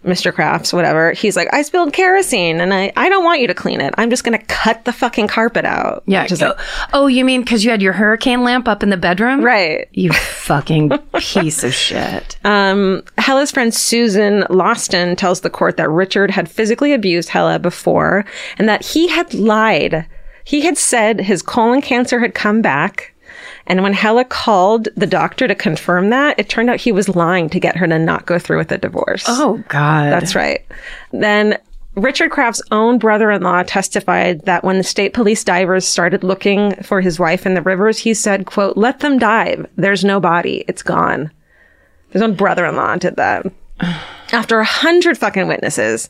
Speaker 3: Mr. Crafts, whatever. He's like, I spilled kerosene and I, I don't want you to clean it. I'm just going to cut the fucking carpet out.
Speaker 2: yeah.
Speaker 3: Which is
Speaker 2: go-
Speaker 3: like,
Speaker 2: oh, you mean because you had your hurricane lamp up in the bedroom?
Speaker 3: right.
Speaker 2: You fucking piece of shit.
Speaker 3: Um, Hella's friend Susan Lawston tells the court that Richard had physically abused Hella before and that he had lied. He had said his colon cancer had come back And when Hella called the doctor to confirm that, it turned out he was lying to get her to not go through with the divorce.
Speaker 2: Oh God.
Speaker 3: That's right. Then Richard Kraft's own brother in law testified that when the state police divers started looking for his wife in the rivers, he said, quote, let them dive. There's no body. It's gone. His own brother in law did that. After a hundred fucking witnesses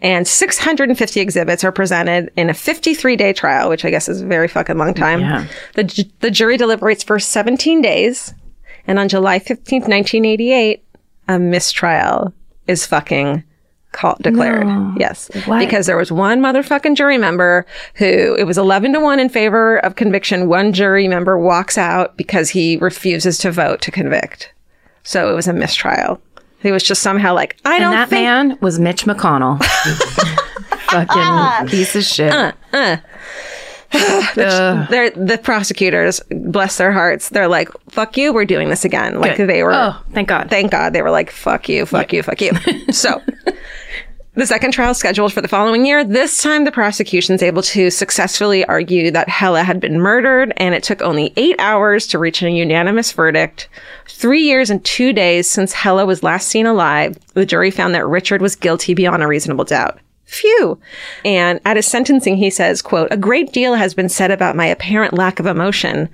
Speaker 3: and 650 exhibits are presented in a 53 day trial, which I guess is a very fucking long time.
Speaker 2: Yeah.
Speaker 3: The, ju- the jury deliberates for 17 days. And on July 15th, 1988, a mistrial is fucking called declared. Yes. Because there was one motherfucking jury member who it was 11 to 1 in favor of conviction. One jury member walks out because he refuses to vote to convict. So it was a mistrial. He was just somehow like, I
Speaker 2: and
Speaker 3: don't
Speaker 2: that
Speaker 3: think
Speaker 2: man was Mitch McConnell. Fucking piece of shit.
Speaker 3: Uh,
Speaker 2: Ugh.
Speaker 3: they're, the prosecutors, bless their hearts, they're like, fuck you, we're doing this again. Like they were
Speaker 2: Oh, thank God.
Speaker 3: thank God they were like, fuck you, fuck you, fuck you. so the second trial is scheduled for the following year. This time the prosecution's able to successfully argue that Hella had been murdered and it took only eight hours to reach a unanimous verdict. Three years and two days since Hella was last seen alive, the jury found that Richard was guilty beyond a reasonable doubt. Phew. And at his sentencing, he says, quote, a great deal has been said about my apparent lack of emotion.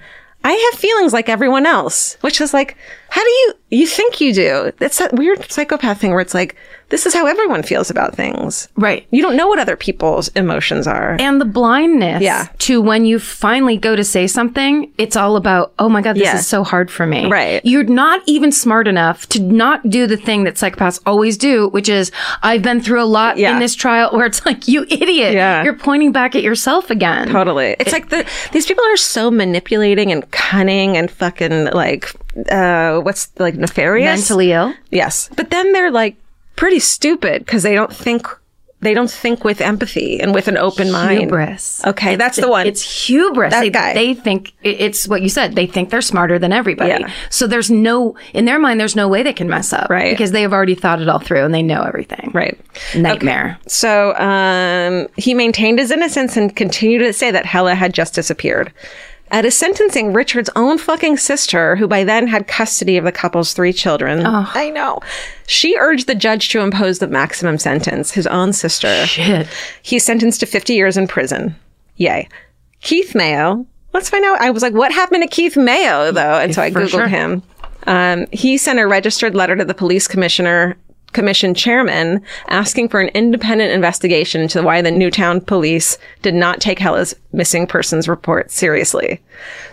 Speaker 3: I have feelings like everyone else, which is like, how do you, you think you do? That's that weird psychopath thing where it's like, this is how everyone feels about things.
Speaker 2: right.
Speaker 3: You don't know what other people's emotions are.
Speaker 2: And the blindness
Speaker 3: Yeah.
Speaker 2: to when you finally go to say something, it's all about, oh my God, this
Speaker 3: Yeah.
Speaker 2: is so hard for me.
Speaker 3: Right.
Speaker 2: You're not even smart enough to not do the thing that psychopaths always do, which is, I've been through a lot
Speaker 3: Yeah.
Speaker 2: in this trial where it's like, you idiot.
Speaker 3: Yeah.
Speaker 2: You're pointing back at yourself again.
Speaker 3: Totally. It's like the, these people are so manipulating and cunning and fucking like, uh, what's like nefarious?
Speaker 2: Mentally ill.
Speaker 3: Yes. But then they're like pretty stupid because they don't think, they don't think with empathy and with an open mind.
Speaker 2: Hubris.
Speaker 3: Okay. that's the one.
Speaker 2: It's hubris.
Speaker 3: That
Speaker 2: they,
Speaker 3: guy.
Speaker 2: they think it- it's what you said. They think they're smarter than everybody.
Speaker 3: Yeah.
Speaker 2: So there's no, in their mind, there's no way they can mess up.
Speaker 3: Right.
Speaker 2: Because they have already thought it all through and they know everything.
Speaker 3: right.
Speaker 2: Nightmare.
Speaker 3: So um, he maintained his innocence and continued to say that Hella had just disappeared. At his sentencing, Richard's own fucking sister, who by then had custody of the couple's three children, I know, she urged the judge to impose the maximum sentence. His own sister.
Speaker 2: Shit.
Speaker 3: He's sentenced to 50 years in prison. Yay. Keith Mayo. Let's find out. I was like, what happened to Keith Mayo, though? And so I
Speaker 2: For
Speaker 3: Googled
Speaker 2: sure.
Speaker 3: him. Um, he sent a registered letter to the police commissioner, commission chairman, asking for an independent investigation into why the Newtown police did not take Hella's missing persons report seriously.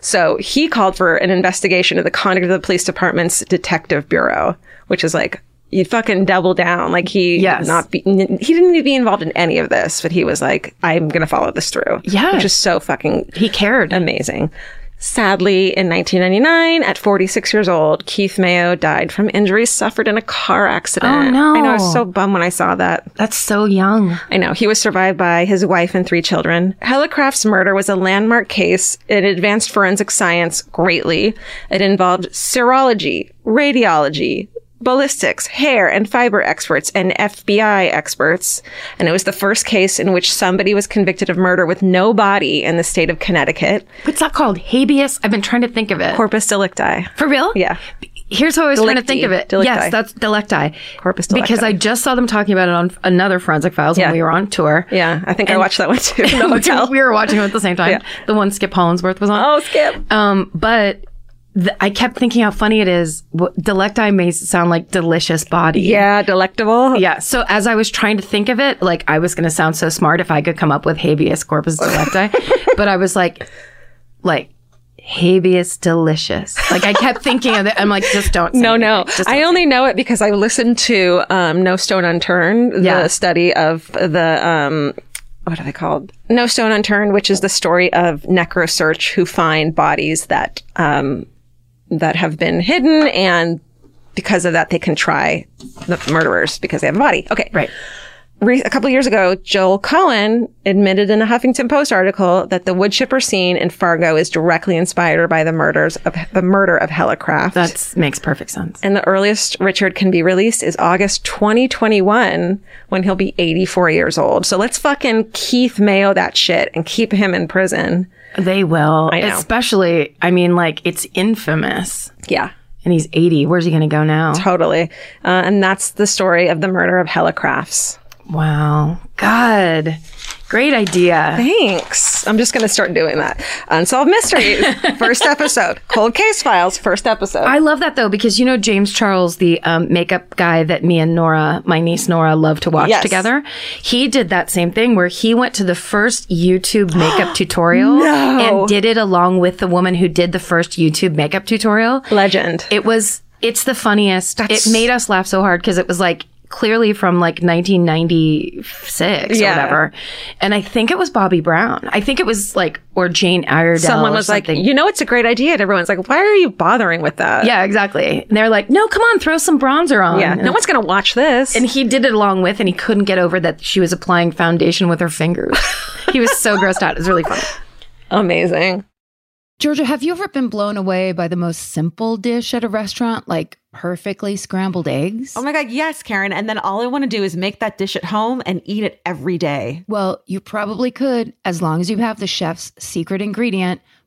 Speaker 3: So he called for an investigation of the conduct of the police department's detective bureau, which is like, you fucking double down. Like he
Speaker 2: Yes.
Speaker 3: not be, n- he didn't need to be involved in any of this, but he was like, I'm going to follow this through.
Speaker 2: Yeah.
Speaker 3: Which is so fucking
Speaker 2: He cared.
Speaker 3: amazing. Sadly, in 1999, at 46 years old, Keith Mayo died from injuries suffered in a car accident.
Speaker 2: Oh, no.
Speaker 3: I know, I was so bummed when I saw that.
Speaker 2: That's so young.
Speaker 3: I know. He was survived by his wife and three children. Hellecraft's murder was a landmark case. It advanced forensic science greatly. It involved serology, radiology, ballistics, hair and fiber experts, and FBI experts. And it was the first case in which somebody was convicted of murder with no body in the state of Connecticut.
Speaker 2: What's that called? Habeas? I've been trying to think of it.
Speaker 3: Corpus delicti.
Speaker 2: For real?
Speaker 3: Yeah.
Speaker 2: Here's how I was trying to
Speaker 3: Delicti.
Speaker 2: think of it.
Speaker 3: Delicti.
Speaker 2: Yes, that's delicti.
Speaker 3: Corpus delicti.
Speaker 2: Because I just saw them talking about it on another Forensic Files
Speaker 3: Yeah.
Speaker 2: when we were on tour.
Speaker 3: Yeah, I think I watched that one too. in the hotel.
Speaker 2: we were watching it at the same time.
Speaker 3: Yeah.
Speaker 2: The one Skip Hollingsworth was on.
Speaker 3: Oh, Skip.
Speaker 2: Um, but th- I kept thinking how funny it is. What, delecti may sound like delicious body.
Speaker 3: Yeah, delectable.
Speaker 2: Yeah. So as I was trying to think of it, like I was going to sound so smart if I could come up with habeas corpus delecti, but I was like, like habeas delicious. Like I kept thinking of it. I'm like, just don't. say
Speaker 3: No,
Speaker 2: it.
Speaker 3: Oh, no.
Speaker 2: Just
Speaker 3: I only know it because I listened to um, No Stone Unturned,
Speaker 2: Yeah.
Speaker 3: the study of the um, what are they called? No Stone Unturned, which is the story of necrosearch who find bodies that um, that have been hidden, and because of that, they can try the murderers because they have a body. Okay,
Speaker 2: Right.
Speaker 3: re- a couple years ago, Joel Cohen admitted in a Huffington Post article that the wood chipper scene in Fargo is directly inspired by the murders of the murder of Hella Craft.
Speaker 2: That makes perfect sense.
Speaker 3: and the earliest Richard can be released is August 2021 when he'll be 84 years old. So let's fucking Keith Mayo that shit and keep him in prison.
Speaker 2: They will.
Speaker 3: know.
Speaker 2: Especially, I mean, like, it's infamous.
Speaker 3: Yeah.
Speaker 2: And he's 80. Where's he going to go now?
Speaker 3: Totally. Uh, and that's the story of the murder of Hella Crafts.
Speaker 2: Wow. God. Great idea.
Speaker 3: Thanks. I'm just going to start doing that. Unsolved Mysteries, first episode. Cold Case Files, first episode.
Speaker 2: I love that though because you know James Charles, the um, makeup guy that me and Nora, my niece Nora, love to watch
Speaker 3: Yes.
Speaker 2: together. He did that same thing where he went to the first YouTube makeup tutorial and did it along with the woman who did the first YouTube makeup tutorial.
Speaker 3: Legend.
Speaker 2: It was it's the funniest. it made us laugh so hard because it was like clearly from like 1996 or
Speaker 3: Yeah.
Speaker 2: whatever. And I think it was Bobby Brown. I think it was like or Jane Iredell.
Speaker 3: Someone
Speaker 2: or
Speaker 3: was like,
Speaker 2: something.
Speaker 3: you know, it's a great idea. And everyone's like, why are you bothering with that?
Speaker 2: yeah, exactly. And they're like, no, come on, throw some bronzer on.
Speaker 3: Yeah.
Speaker 2: And
Speaker 3: No one's going to watch this.
Speaker 2: and he did it along with, and he couldn't get over that she was applying foundation with her fingers. he was so grossed out. It was really funny.
Speaker 3: Amazing.
Speaker 4: Georgia, have you ever been blown away by the most simple dish at a restaurant, like perfectly scrambled eggs?
Speaker 5: Oh my God, yes, Karen. And then all I want to do is make that dish at home and eat it every day.
Speaker 4: Well, you probably could as long as you have the chef's secret ingredient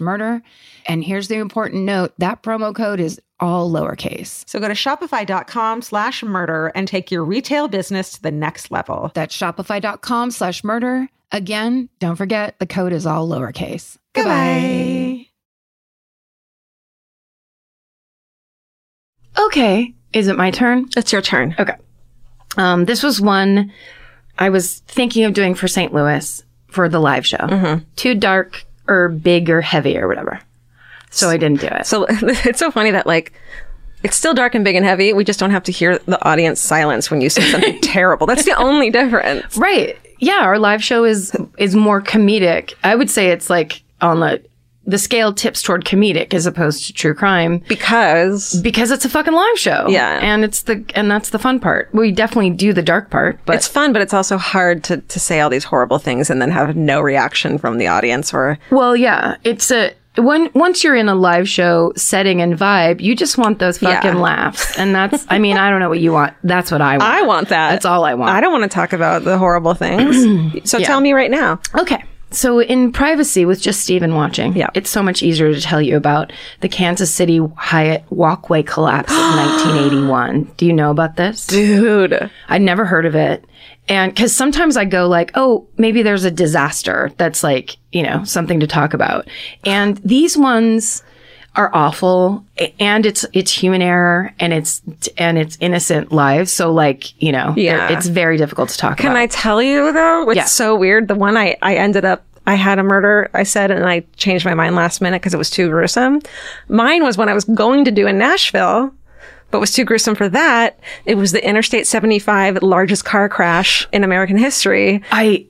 Speaker 4: murder. And here's the important note that promo code is all lowercase.
Speaker 5: So go to shopify.com slash murder and take your retail business to the next level.
Speaker 4: That's shopify.com slash murder. Again, don't forget the code is all lowercase.
Speaker 5: Goodbye.
Speaker 2: Okay. Is it my turn?
Speaker 3: It's your turn.
Speaker 2: Um, this was one I was thinking of doing for St. Louis for the live show. Too dark or big or heavy or whatever. So I didn't do it.
Speaker 3: So it's so funny that, like, it's still dark and big and heavy. We just don't have to hear the audience silence when you say something terrible. That's the only difference.
Speaker 2: Right. Yeah, our live show is is more comedic. I would say it's like on the the scale tips toward comedic as opposed to true crime
Speaker 3: Because
Speaker 2: because it's a fucking live show.
Speaker 3: Yeah.
Speaker 2: And it's the and that's the fun part. We definitely do the dark part, but
Speaker 3: it's fun, but it's also hard to, to say all these horrible things and then have no reaction from the audience or
Speaker 2: well, yeah, it's a when once you're in a live show setting and vibe, you just want those fucking
Speaker 3: Yeah.
Speaker 2: laughs. And that's I mean, I don't know what you want. That's what I want.
Speaker 3: I want that.
Speaker 2: That's all I want.
Speaker 3: I don't want to talk about the horrible things. so tell me right now.
Speaker 2: Okay. So in privacy with just Steven watching,
Speaker 3: Yeah.
Speaker 2: it's so much easier to tell you about the Kansas City Hyatt walkway collapse of 1981. Do you know about this?
Speaker 3: Dude.
Speaker 2: I'd never heard of it. And cause sometimes I go like, oh, maybe there's a disaster that's like, you know, something to talk about. And these ones are awful a- and it's, it's human error and it's, and it's innocent lives. So like, you know, they're-
Speaker 3: Yeah.
Speaker 2: it's very difficult to talk
Speaker 3: Can
Speaker 2: about.
Speaker 3: I tell you though? It's
Speaker 2: Yeah.
Speaker 3: so weird. The one I, I ended up, I had a murder, I said, and I changed my mind last minute because it was too gruesome. Mine was when I was going to do in Nashville, but was too gruesome for that. It was the Interstate 75 largest car crash in American history.
Speaker 2: I,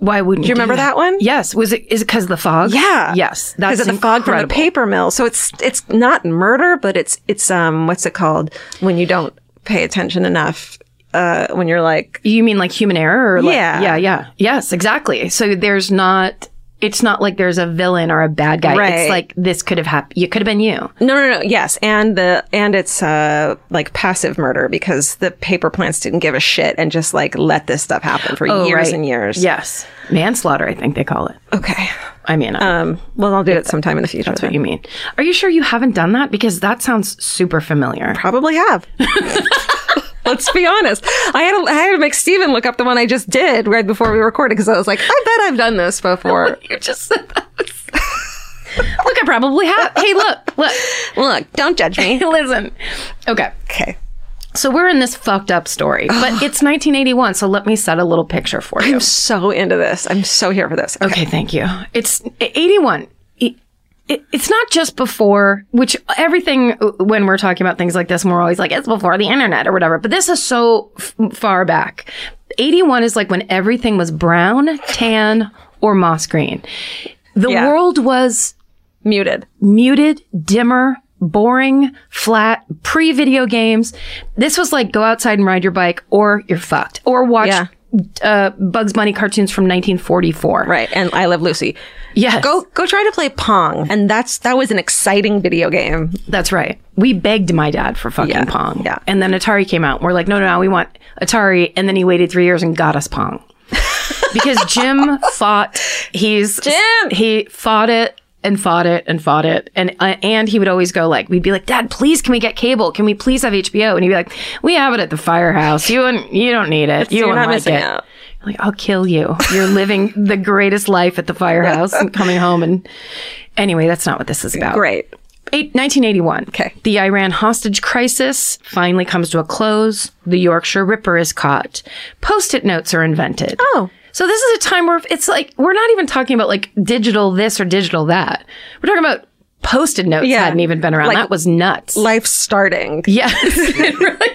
Speaker 2: why wouldn't you do
Speaker 3: remember that one?
Speaker 2: Yes. Was it, is it cause of the fog?
Speaker 3: Yeah.
Speaker 2: Yes.
Speaker 3: Because
Speaker 2: That's
Speaker 3: of the fog from the
Speaker 2: incredible.
Speaker 3: paper mill. So it's it's not murder, but it's it's um what's it called when you don't pay attention enough uh when you're like
Speaker 2: You mean like human error? Or like,
Speaker 3: Yeah.
Speaker 2: Yeah. Yeah. Yes, exactly. So there's not, it's not like there's a villain or a bad guy.
Speaker 3: Right.
Speaker 2: It's like this could have happened. You could have been you.
Speaker 3: No, no, no. Yes, and the and it's uh like passive murder because the paper plants didn't give a shit and just like let this stuff happen for years
Speaker 2: Oh, right.
Speaker 3: and years.
Speaker 2: Yes. Manslaughter, I think they call it.
Speaker 3: Okay.
Speaker 2: I mean, I
Speaker 3: Um. Well, I'll do it sometime in the future. That's
Speaker 2: what you mean. Are you sure you haven't done that? Because that sounds super familiar.
Speaker 3: probably have. Let's be honest. I had to, I had to make Steven look up the one I just did right before we recorded because I was like, I bet I've done this before.
Speaker 2: You just said that. look, I probably have. Hey, look, look,
Speaker 3: look, don't judge me.
Speaker 2: listen. Okay.
Speaker 3: Okay.
Speaker 2: So we're in this fucked up story, but it's 1981. So let me set a little picture for you.
Speaker 3: I'm so into this. I'm so here for this. Okay.
Speaker 2: Okay, thank you. It's 81. It- it- It's not just before, which everything uh, when we're talking about things like this, we're always like, it's before the internet or whatever. But this is so f- far back. 81 is like when everything was brown, tan, or moss green. The
Speaker 3: Yeah.
Speaker 2: world was
Speaker 3: Muted.
Speaker 2: muted, dimmer, boring, flat, pre video games. This was like go outside and ride your bike or you're fucked or watch
Speaker 3: Yeah.
Speaker 2: uh, Bugs Bunny cartoons from 1944.
Speaker 3: Right. And I love Lucy.
Speaker 2: Yes.
Speaker 3: Go go try to play Pong. And that's that was an exciting video game.
Speaker 2: That's right. We begged my dad for fucking
Speaker 3: Yeah,
Speaker 2: Pong.
Speaker 3: yeah.
Speaker 2: And then Atari came out. We're like, no, no, no, we want Atari. And then he waited three years and got us Pong. because Jim fought. He's
Speaker 3: Jim!
Speaker 2: He fought it and fought it and fought it and uh, and he would always go like we'd be like dad please can we get cable can we please have hbo and he'd be like we have it at the firehouse you and you don't need it you
Speaker 3: You're
Speaker 2: don't
Speaker 3: not
Speaker 2: like
Speaker 3: missing
Speaker 2: it
Speaker 3: out.
Speaker 2: like I'll kill you. You're living the greatest life at the firehouse and coming home and anyway, that's not what this is about.
Speaker 3: Great.
Speaker 2: Eight, 1981.
Speaker 3: Okay.
Speaker 2: The Iran hostage crisis finally comes to a close. The Yorkshire Ripper is caught. Post-it notes are invented.
Speaker 3: Oh.
Speaker 2: So this is a time where it's like we're not even talking about like digital this or digital that. We're talking about post-it notes
Speaker 3: Yeah.
Speaker 2: hadn't even been around.
Speaker 3: Like-
Speaker 2: that was nuts.
Speaker 3: Life starting.
Speaker 2: yes.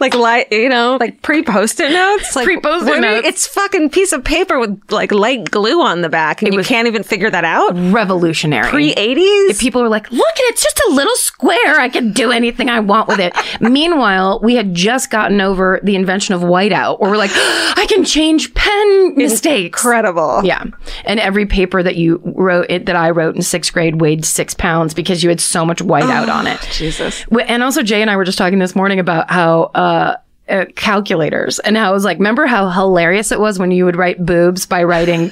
Speaker 3: Like li you know, like pre post-it notes. Like
Speaker 2: Pre-post-it
Speaker 3: what are you-
Speaker 2: notes.
Speaker 3: It's fucking piece of paper with like light glue on the back and you can't even figure that out.
Speaker 2: Mm. Revolutionary.
Speaker 3: Pre eighties?
Speaker 2: people were like, look, it's just a little square. I can do anything I want with it. Meanwhile, we had just gotten over the invention of whiteout, where we're like, I can change pen mistakes.
Speaker 3: Incredible.
Speaker 2: Yeah. And every paper that you wrote, it, that I wrote in sixth grade weighed six pounds because you had so much whiteout on
Speaker 3: Oh,
Speaker 2: it. Jesus. And also, Jay and I were just talking this morning about how, uh, uh, calculators and how it was like, remember how hilarious it was when you would write boobs by writing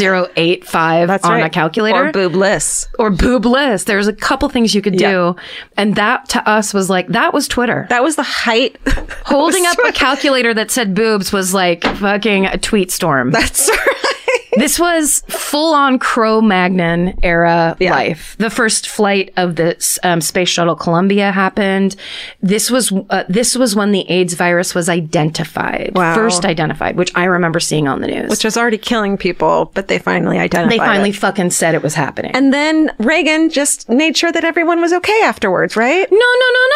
Speaker 2: 80085
Speaker 3: That's
Speaker 2: on
Speaker 3: right.
Speaker 2: a calculator?
Speaker 3: Or boob lists.
Speaker 2: or boob list. There's a couple things you could do. And that to us was like, that was Twitter.
Speaker 3: That was the height.
Speaker 2: Holding up a calculator that said boobs was like fucking a tweet storm.
Speaker 3: That's right.
Speaker 2: this was full on Cro Magnon era life. The first flight of the um, space shuttle Columbia happened. This was uh, this was when the AIDS virus was identified, first identified, which I remember seeing on the news.
Speaker 3: Which was already killing people, but they finally identified.
Speaker 2: they finally
Speaker 3: it.
Speaker 2: fucking said it was happening.
Speaker 3: And then Reagan just made sure that everyone was okay afterwards, right?
Speaker 2: no, no, no,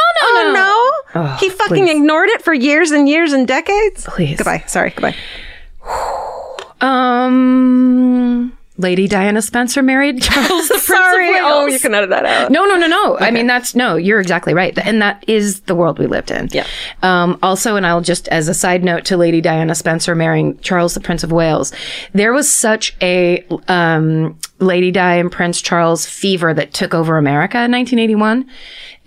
Speaker 2: no, no,
Speaker 3: Oh no! he fucking ignored it for years and years and decades.
Speaker 2: Please.
Speaker 3: Goodbye. Sorry. Goodbye.
Speaker 2: Um, Lady Diana Spencer married Charles. the Prince of
Speaker 3: Sorry.
Speaker 2: Wales.
Speaker 3: Oh, you can edit that out.
Speaker 2: No, no, no, no. I mean, that's no. You're exactly right, and that is the world we lived in.
Speaker 3: Yeah.
Speaker 2: Um, also, and I'll just as a side note to Lady Diana Spencer marrying Charles, the Prince of Wales, there was such a um, Lady Di and Prince Charles fever that took over America in 1981.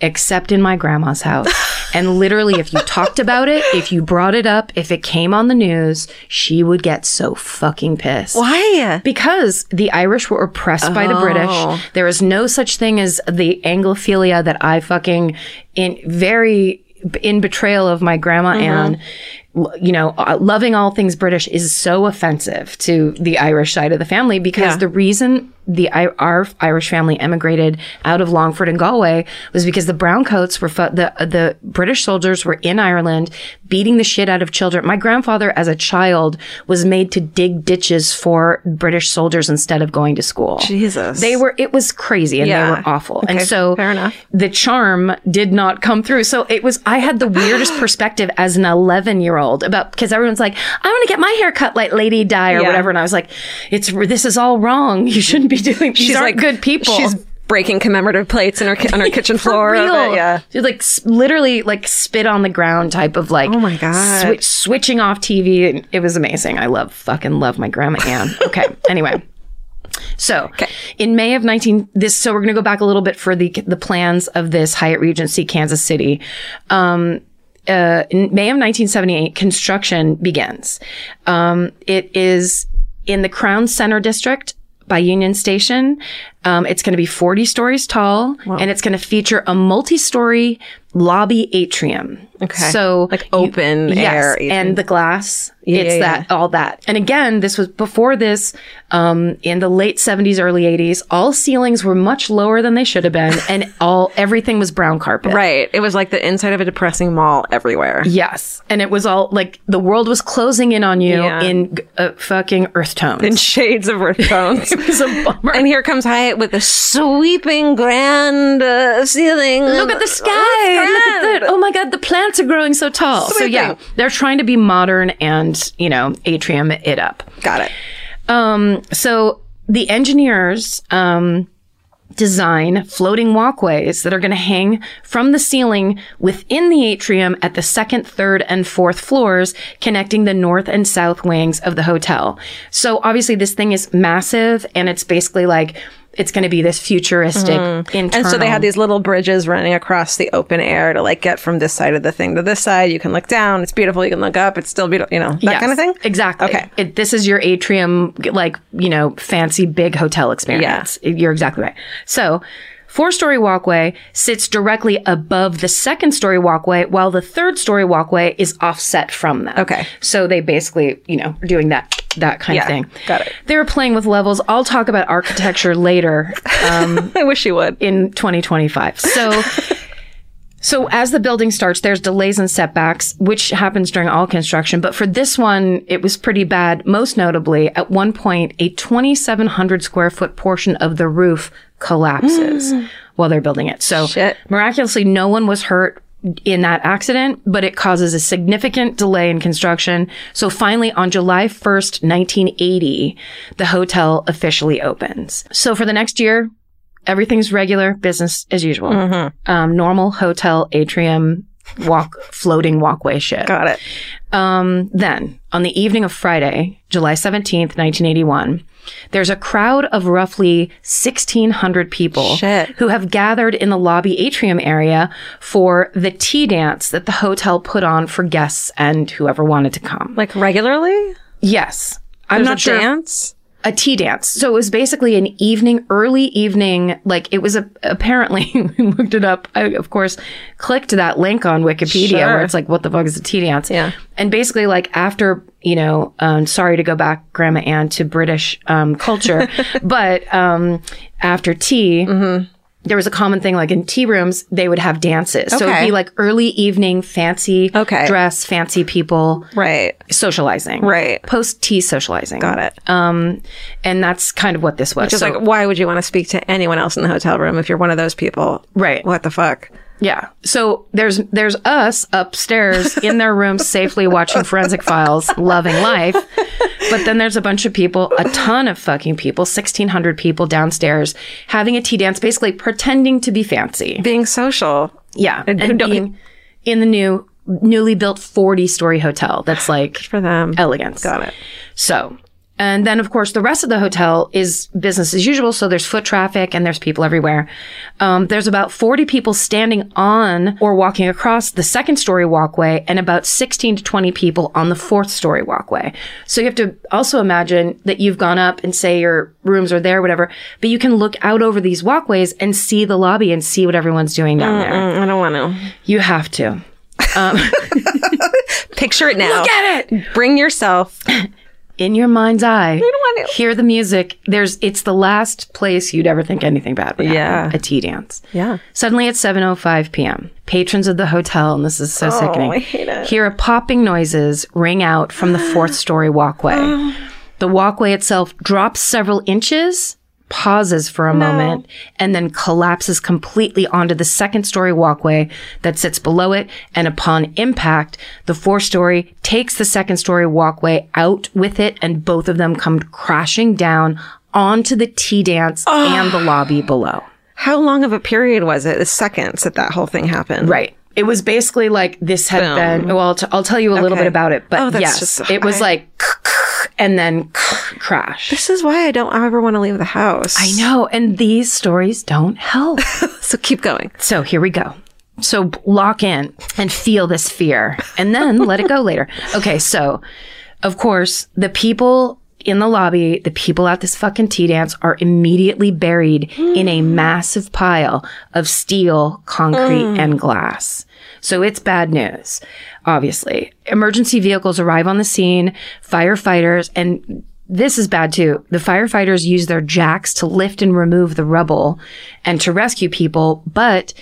Speaker 2: except in my grandma's house. and literally, if you talked about it, if you brought it up, if it came on the news, she would get so fucking pissed. uh,
Speaker 3: Why?
Speaker 2: Because the Irish were oppressed by the British. There is no such thing as the Anglophilia that I fucking in very in betrayal of my grandma Anne. l- You know, uh, loving all things British is so offensive to the Irish side of the family because the reason the I- our Irish family emigrated out of Longford and Galway was because the browncoats were fu- the the British soldiers were in Ireland beating the shit out of children. My grandfather, as a child, was made to dig ditches for British soldiers instead of going to school.
Speaker 3: Jesus.
Speaker 2: They were, it was crazy and they
Speaker 3: Yeah.
Speaker 2: were awful. and so
Speaker 3: fair enough.
Speaker 2: the charm did not come through. So it was, I had the weirdest perspective as an 11 year old about, cause everyone's like, I want to get my hair cut like Lady Di or
Speaker 3: Yeah.
Speaker 2: whatever. And I was like, it's, this is all wrong. You shouldn't be doing, these aren't good people.
Speaker 3: She's breaking commemorative plates in her ki- on her kitchen floor. of it, yeah.
Speaker 2: She, like s- literally like spit on the ground type of like. Oh
Speaker 3: my God.
Speaker 2: switching off TV. and It was amazing. I love fucking love my grandma Anne. Okay. anyway. So, in May of 19 this so we're going to go back a little bit for the the plans of this Hyatt Regency Kansas City. Um uh, in May of 1978, construction begins. Um, it is in the Crown Center District by Union Station. Um, it's going to be 40 stories tall and it's going to feature a multi story lobby atrium. Okay. So,
Speaker 3: Like open air atrium.
Speaker 2: And the glass. it's
Speaker 3: yeah,
Speaker 2: that, all that. And again, this was before this, um, in the late 70s, early 80s, all ceilings were much lower than they should have been and all, everything was brown carpet.
Speaker 3: Right. It was like the inside of a depressing mall everywhere.
Speaker 2: Yes. And it was all like the world was closing in on you
Speaker 3: Yeah.
Speaker 2: in uh, fucking earth tones.
Speaker 3: In shades of earth tones.
Speaker 2: it was a bummer.
Speaker 3: and here comes Hyatt with a sweeping grand uh, ceiling.
Speaker 2: Look at the sky. Look at the, oh my God, the plants are growing so tall. So, yeah, they're trying to be modern and, you know, atrium it up.
Speaker 3: Got it.
Speaker 2: Um, so the engineers, um, design floating walkways that are going to hang from the ceiling within the atrium at the second, third, and fourth floors, connecting the north and south wings of the hotel. So obviously, this thing is massive, and it's basically like it's going to be this futuristic internal.
Speaker 3: Mm. And so they had these little bridges running across the open air to like get from this side of the thing to this side. You can look down. It's beautiful. You can look up. It's still beautiful. You know, that
Speaker 2: Yes,
Speaker 3: kind of thing.
Speaker 2: Exactly.
Speaker 3: Okay.
Speaker 2: It, this is your atrium, like, you know, fancy big hotel experience. You're exactly right. So, four story walkway sits directly above the second story walkway, while the third story walkway is offset from them.
Speaker 3: Okay.
Speaker 2: So they basically, you know, are doing that, that kind of
Speaker 3: Yeah,
Speaker 2: thing.
Speaker 3: got it.
Speaker 2: They were playing with levels. I'll talk about architecture later Um,
Speaker 3: I wish you would.
Speaker 2: in 2025. So so as the building starts there's delays and setbacks which happens during all construction, but for this one it was pretty bad. Most notably, at one point a 2700 square foot portion of the roof collapses while they're building it. So
Speaker 3: Shit.
Speaker 2: miraculously no one was hurt in that accident, but it causes a significant delay in construction. So finally, on July 1st, 1980, the hotel officially opens. So for the next year, everything's regular business as usual.
Speaker 3: Mm-hmm.
Speaker 2: Um, normal hotel atrium walk, floating walkway shit.
Speaker 3: Got it.
Speaker 2: Um, then, on the evening of Friday, July 17th, 1981, there's a crowd of roughly 1,600 people
Speaker 3: Shit.
Speaker 2: who have gathered in the lobby atrium area for the tea dance that the hotel put on for guests and whoever wanted to come.
Speaker 3: Like regularly?
Speaker 2: Yes. I'm
Speaker 3: There's
Speaker 2: not
Speaker 3: a
Speaker 2: sure.
Speaker 3: Dance?
Speaker 2: A tea dance. So it was basically an evening, early evening. Like it was a, apparently, we looked it up. I, of course, clicked that link on Wikipedia where
Speaker 3: Sure.
Speaker 2: it's like, what the fuck is a tea dance?
Speaker 3: Yeah.
Speaker 2: And basically, like after, you know, um, sorry to go back, Grandma Anne, to British um, culture, but um, after tea,
Speaker 3: Mm-hmm.
Speaker 2: there was a common thing like in tea rooms, they would have dances. So it'd
Speaker 3: Okay.
Speaker 2: be like early evening, fancy
Speaker 3: Okay.
Speaker 2: dress, fancy people
Speaker 3: Right.
Speaker 2: socializing.
Speaker 3: Right.
Speaker 2: Post tea socializing.
Speaker 3: Got it.
Speaker 2: Um, and that's kind of what this was.
Speaker 3: Just
Speaker 2: So-
Speaker 3: like, why would you want to speak to anyone else in the hotel room if you're one of those people?
Speaker 2: Right.
Speaker 3: What the fuck?
Speaker 2: yeah. So there's there's us upstairs in their rooms safely watching forensic files, loving life. But then there's a bunch of people, a ton of fucking people, sixteen hundred people downstairs having a tea dance, basically pretending to be fancy.
Speaker 3: Being social.
Speaker 2: Yeah. And,
Speaker 3: who don't- e-
Speaker 2: being in the new newly built forty story hotel that's like
Speaker 3: For them.
Speaker 2: elegance.
Speaker 3: Got it.
Speaker 2: So And then, of course, the rest of the hotel is business as usual. So there's foot traffic and there's people everywhere. Um, there's about 40 people standing on or walking across the second story walkway and about 16 to 20 people on the fourth story walkway. So you have to also imagine that you've gone up and say your rooms are there, whatever, but you can look out over these walkways and see the lobby and see what everyone's doing down there.
Speaker 3: I don't want to
Speaker 2: You have to.
Speaker 3: picture it now. Look at it. Bring yourself.
Speaker 2: in your mind's eye.
Speaker 3: want to-
Speaker 2: hear the music. There's it's the last place you'd ever think anything bad would happen.
Speaker 3: Yeah.
Speaker 2: A tea dance.
Speaker 3: Yeah.
Speaker 2: Suddenly oh it's 7:05 p.m. Patrons of the hotel, and this is
Speaker 3: Oh,
Speaker 2: so sickening, hear a popping noises ring out from the fourth story
Speaker 3: Oh,
Speaker 2: walkway. the walkway itself drops several inches. Pauses for a moment and then collapses completely onto the second story walkway that sits below it. And upon impact, the four story takes the second story walkway out with it, and both of them come crashing down onto the tea dance and
Speaker 3: Ah.
Speaker 2: the lobby below.
Speaker 3: How long of a period was it? The seconds that that whole thing happened.
Speaker 2: Right. It was basically like this had been. Well, I'll, t- I'll tell you a little
Speaker 3: Okay.
Speaker 2: bit about it, but
Speaker 3: Oh, that's
Speaker 2: yes,
Speaker 3: just-
Speaker 2: it was
Speaker 3: I-
Speaker 2: like and then crash.
Speaker 3: This is why I don't ever want to leave the house.
Speaker 2: I know, and these stories don't help.
Speaker 3: So keep going.
Speaker 2: So here we go. So b- lock in and feel this fear and then let it go later. Okay. So, of course, the people in the lobby, the people at this fucking tea dance are immediately buried in a massive pile of steel, concrete, and glass. So it's bad news, obviously. Emergency vehicles arrive on the scene, firefighters, and this is bad too. The firefighters use their jacks to lift and remove the rubble and to rescue people. But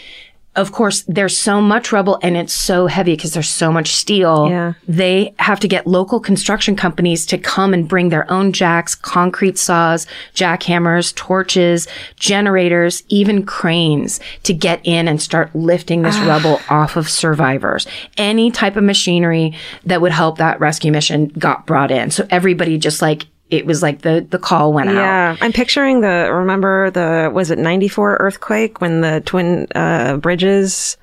Speaker 2: of course, there's so much rubble and it's so heavy because there's so much steel.
Speaker 3: Yeah.
Speaker 2: They have to get local construction companies to come and bring their own jacks, concrete saws, jackhammers, torches, generators, even cranes to get in and start lifting this
Speaker 3: Ah.
Speaker 2: rubble off of survivors. Any type of machinery that would help that rescue mission got brought in. So everybody just like, it was like the, the call went out.
Speaker 3: Yeah, I'm picturing the. Remember the was it '94 earthquake when the twin uh, bridges,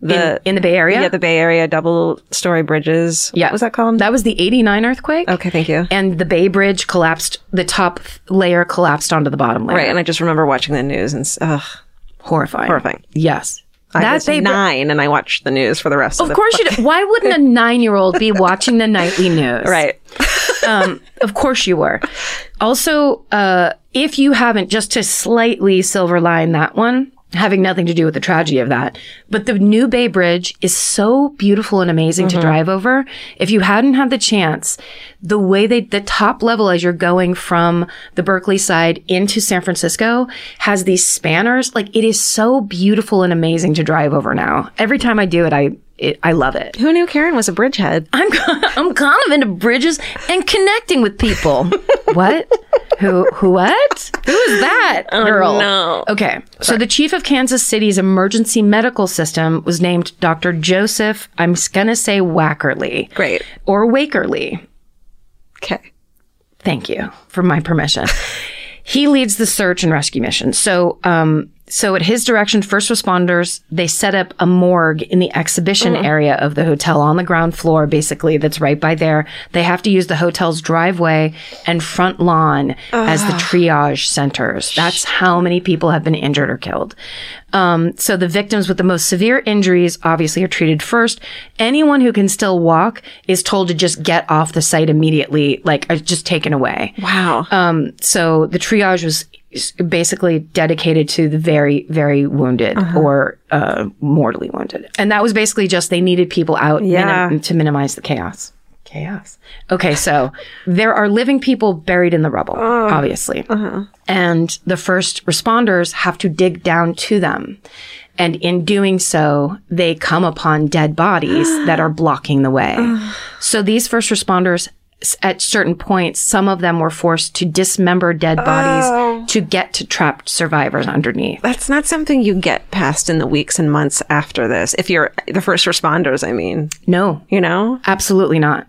Speaker 3: the
Speaker 2: in the Bay Area?
Speaker 3: yeah, the Bay Area double story bridges.
Speaker 2: Yeah.
Speaker 3: what was that called?
Speaker 2: That was the 89 earthquake.
Speaker 3: okay, thank you.
Speaker 2: And the Bay Bridge collapsed, the top layer collapsed onto the bottom layer.
Speaker 3: right, and I just remember watching the news and s- ugh,
Speaker 2: horrifying.
Speaker 3: horrifying.
Speaker 2: Yes.
Speaker 3: I
Speaker 2: That
Speaker 3: was
Speaker 2: Bay Bridge.
Speaker 3: nine, and I watched the news for the rest of,
Speaker 2: Of course you do. Why wouldn't a nine year old be watching the nightly news?
Speaker 3: the right.
Speaker 2: Um, of course you were. Also, uh, if you haven't, just to slightly silver line that one, having nothing to do with the tragedy of that, but the new Bay Bridge is so beautiful and amazing to drive over. If you hadn't had the chance, the way they, the top level as you're going from the Berkeley side into San Francisco has these spanners. Like it is so beautiful and amazing to drive over now. Every time I do it, I, it, I love it.
Speaker 3: Who knew Karen was a bridgehead?
Speaker 2: I'm I'm kind of into bridges and connecting with people. what? Who? Who? What? Who is that girl?
Speaker 3: no.
Speaker 2: Okay. So the chief of Kansas City's emergency medical system was named Dr. Joseph. I'm gonna say Wackerly.
Speaker 3: Great.
Speaker 2: Or Wakerly.
Speaker 3: Okay.
Speaker 2: Thank you for my permission. he leads the search and rescue mission. So, um, so at his direction, first responders they set up a morgue in the exhibition area of the hotel on the ground floor, basically that's right by there. They have to use the hotel's driveway and front lawn as the triage centers. That's how many people have been injured or killed. Um, so the victims with the most severe injuries obviously are treated first. Anyone who can still walk is told to just get off the site immediately, like uh, just taken away.
Speaker 3: Wow.
Speaker 2: Um, so the triage was s- basically dedicated to the very, very wounded or uh, mortally wounded, and that was basically just they needed people out minim-
Speaker 3: Yeah.
Speaker 2: to minimize the chaos. Chaos. Okay, so there are living people buried in the rubble, obviously, and the first responders have to dig down to them. And in doing so, they come upon dead bodies that are blocking the way. So these first responders s- at certain points, some of them were forced to dismember dead bodies
Speaker 3: Oh.
Speaker 2: to get to trapped survivors underneath.
Speaker 3: That's not something you get past in the weeks and months after this. If you're the first responders, I mean,
Speaker 2: No,
Speaker 3: you know,
Speaker 2: absolutely not.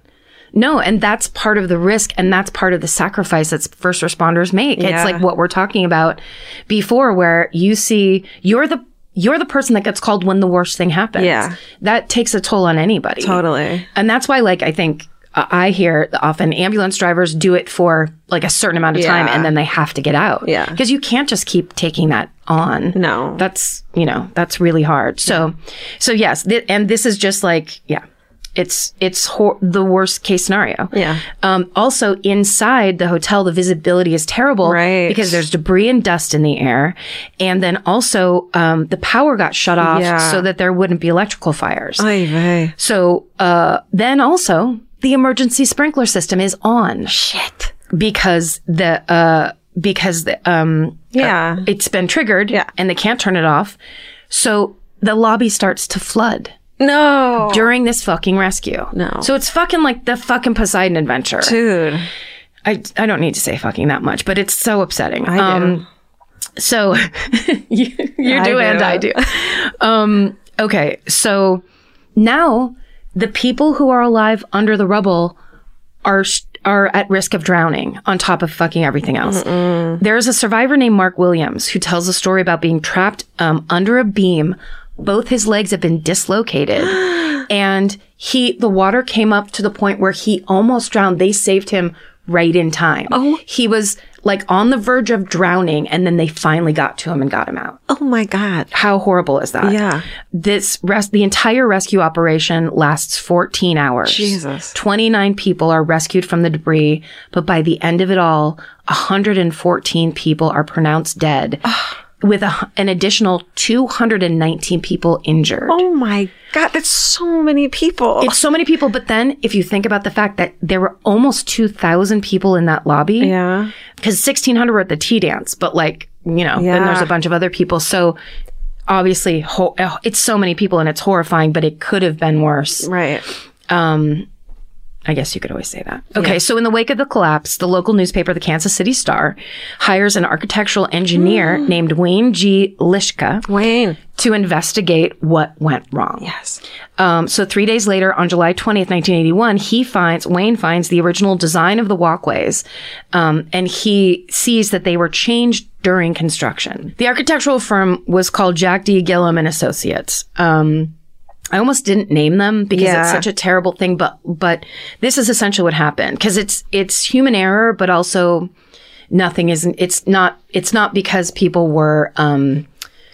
Speaker 2: No, and that's part of the risk and that's part of the sacrifice that first responders make. It's
Speaker 3: Yeah.
Speaker 2: like what we're talking about before where you see you're the you're the person that gets called when the worst thing happens.
Speaker 3: Yeah.
Speaker 2: That takes a toll on anybody.
Speaker 3: totally.
Speaker 2: And that's why, like, I think uh, I I hear often ambulance drivers do it for like a certain amount of time
Speaker 3: Yeah.
Speaker 2: and then they have to get out.
Speaker 3: Yeah.
Speaker 2: Because you can't just keep taking that on.
Speaker 3: No.
Speaker 2: That's, you know, that's really hard. So, so yes. Th- and this is just like, yeah, it's, it's hor- the worst case scenario.
Speaker 3: Yeah.
Speaker 2: Um, also inside the hotel, the visibility is terrible
Speaker 3: Right.
Speaker 2: because there's debris and dust in the air. And then also, um, the power got shut off
Speaker 3: Yeah.
Speaker 2: so that there wouldn't be electrical fires.
Speaker 3: Oy vey.
Speaker 2: So uh, then also the emergency sprinkler system is on. Shit. Because the uh, because the, um
Speaker 3: Yeah.
Speaker 2: it's been triggered
Speaker 3: Yeah.
Speaker 2: and they can't turn it off. So the lobby starts to flood
Speaker 3: No.
Speaker 2: during this fucking rescue.
Speaker 3: No.
Speaker 2: So it's fucking like the fucking Poseidon adventure.
Speaker 3: Dude.
Speaker 2: I, I don't need to say fucking that much, but it's so upsetting. I um so you, you do
Speaker 3: do.
Speaker 2: and I do. Um okay, so now the people who are alive under the rubble are sh- are at risk of drowning on top of fucking everything else. There is a survivor named Mark Williams who tells a story about being trapped um, under a beam. Both his legs have been dislocated, and he the water came up to the point where he almost drowned. They saved him right in time. Oh, he was like on the verge of drowning, and then they finally got to him and got him out.
Speaker 3: Oh my God.
Speaker 2: How horrible is that?
Speaker 3: Yeah.
Speaker 2: This res- the entire rescue operation lasts 14 hours.
Speaker 3: Jesus.
Speaker 2: 29 people are rescued from the debris, but by the end of it all, 114 people are pronounced dead. With a, hu- an additional 219 people injured.
Speaker 3: Oh my God. That's so many people.
Speaker 2: It's so many people, but then if you think about the fact that there were almost 2,000 people in that lobby,
Speaker 3: yeah.
Speaker 2: because 1600 were at the tea dance, but like, you know, then
Speaker 3: Yeah.
Speaker 2: there's a bunch of other people. So obviously, ho- eh, it's so many people and it's horrifying, but it could have been worse.
Speaker 3: Right.
Speaker 2: I guess you could always say that. Okay, so in the wake of the collapse, the local newspaper, the Kansas City Star, hires an architectural engineer
Speaker 3: Hmm.
Speaker 2: named Wayne G. Lishka
Speaker 3: Wayne.
Speaker 2: to investigate what went wrong.
Speaker 3: Yes.
Speaker 2: Um, so three days later, on July 20th, 1981, he finds, Wayne finds the original design of the walkways, um, and he sees that they were changed during construction. The architectural firm was called Jack D. Gillum and Associates. Um, I almost didn't name them because it's
Speaker 3: Yeah.
Speaker 2: such a terrible thing, but, but this is essentially what happened because it's, it's human error, but also nothing isn't, it's not, it's not because people were, um,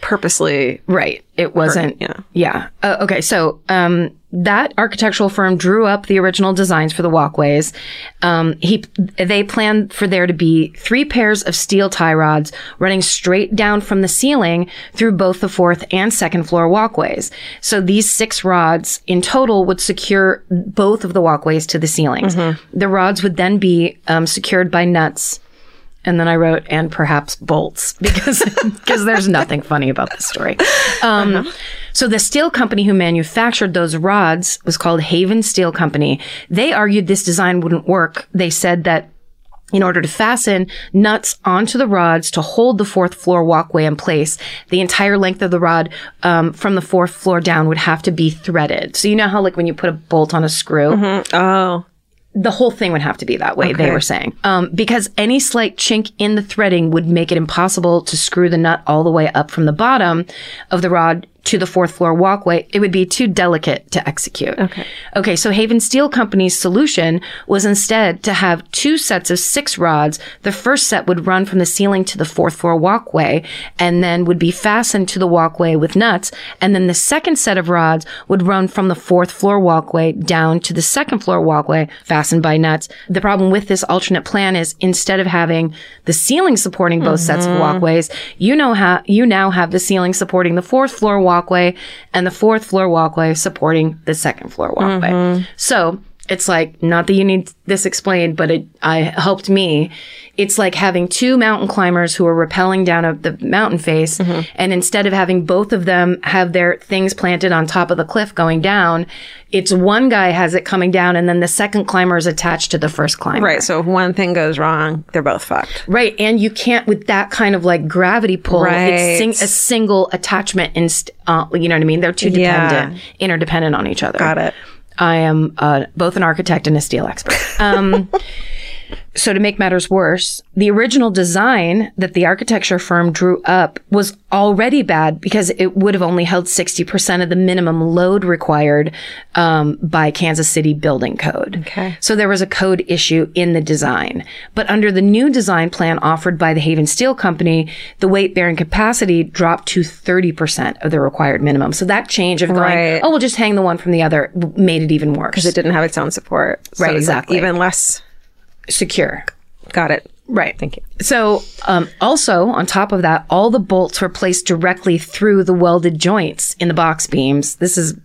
Speaker 3: Purposely.
Speaker 2: Right. It wasn't.
Speaker 3: yeah.
Speaker 2: Yeah. Uh, okay. So um, that architectural firm drew up the original designs for the walkways. Um, he they planned for there to be three pairs of steel tie rods running straight down from the ceiling through both the fourth and second floor walkways. So these six rods in total would secure both of the walkways to the ceilings. The rods would then be um, secured by nuts. And then I wrote, and perhaps bolts, because because there's nothing funny about this story. Um, So the steel company who manufactured those rods was called Haven Steel Company. They argued this design wouldn't work. They said that in order to fasten nuts onto the rods to hold the fourth floor walkway in place, the entire length of the rod um, from the fourth floor down would have to be threaded. So you know how, like, when you put a bolt on a screw,
Speaker 3: Oh.
Speaker 2: the whole thing would have to be that way, they were saying. Um, because any slight chink in the threading would make it impossible to screw the nut all the way up from the bottom of the rod to the fourth floor walkway. It would be too delicate to execute. Okay. Okay, so Haven Steel Company's solution was instead to have two sets of six rods. The first set would run from the ceiling to the fourth floor walkway and then would be fastened to the walkway with nuts. And then the second set of rods would run from the fourth floor walkway down to the second floor walkway fastened by nuts. The problem with this alternate plan is instead of having the ceiling supporting both sets of walkways, you know how you now have the ceiling supporting the fourth floor walkway and the fourth floor walkway supporting the second floor walkway. So it's like not that you need this explained, but it I helped me. It's like having two mountain climbers who are rappelling down a, the mountain face,
Speaker 3: Mm-hmm.
Speaker 2: and instead of having both of them have their things planted on top of the cliff going down, it's one guy has it coming down, and then the second climber is attached to the first climber.
Speaker 3: Right. So if one thing goes wrong, they're both fucked.
Speaker 2: Right, and you can't with that kind of like gravity pull. It's
Speaker 3: Right.
Speaker 2: sing- a single attachment, inst- uh, you know what I mean? They're too
Speaker 3: Yeah.
Speaker 2: dependent, interdependent on each other.
Speaker 3: Got it.
Speaker 2: I am uh, both an architect and a steel expert. Um, So, to make matters worse, the original design that the architecture firm drew up was already bad because it would have only held 60% of the minimum load required um, by Kansas City building code. Okay. So, there was a code issue in the design. But under the new design plan offered by the Haven Steel Company, the weight bearing capacity dropped to 30% of the required minimum. So, that change of going,
Speaker 3: Right.
Speaker 2: oh, we'll just hang the one from the other w- made it even worse.
Speaker 3: It didn't have its own support. So
Speaker 2: Right,
Speaker 3: it's, like,
Speaker 2: exactly.
Speaker 3: even less.
Speaker 2: secure.
Speaker 3: Got it.
Speaker 2: Right.
Speaker 3: Thank you.
Speaker 2: So, um, also on top of that, all the bolts were placed directly through the welded joints in the box beams. This is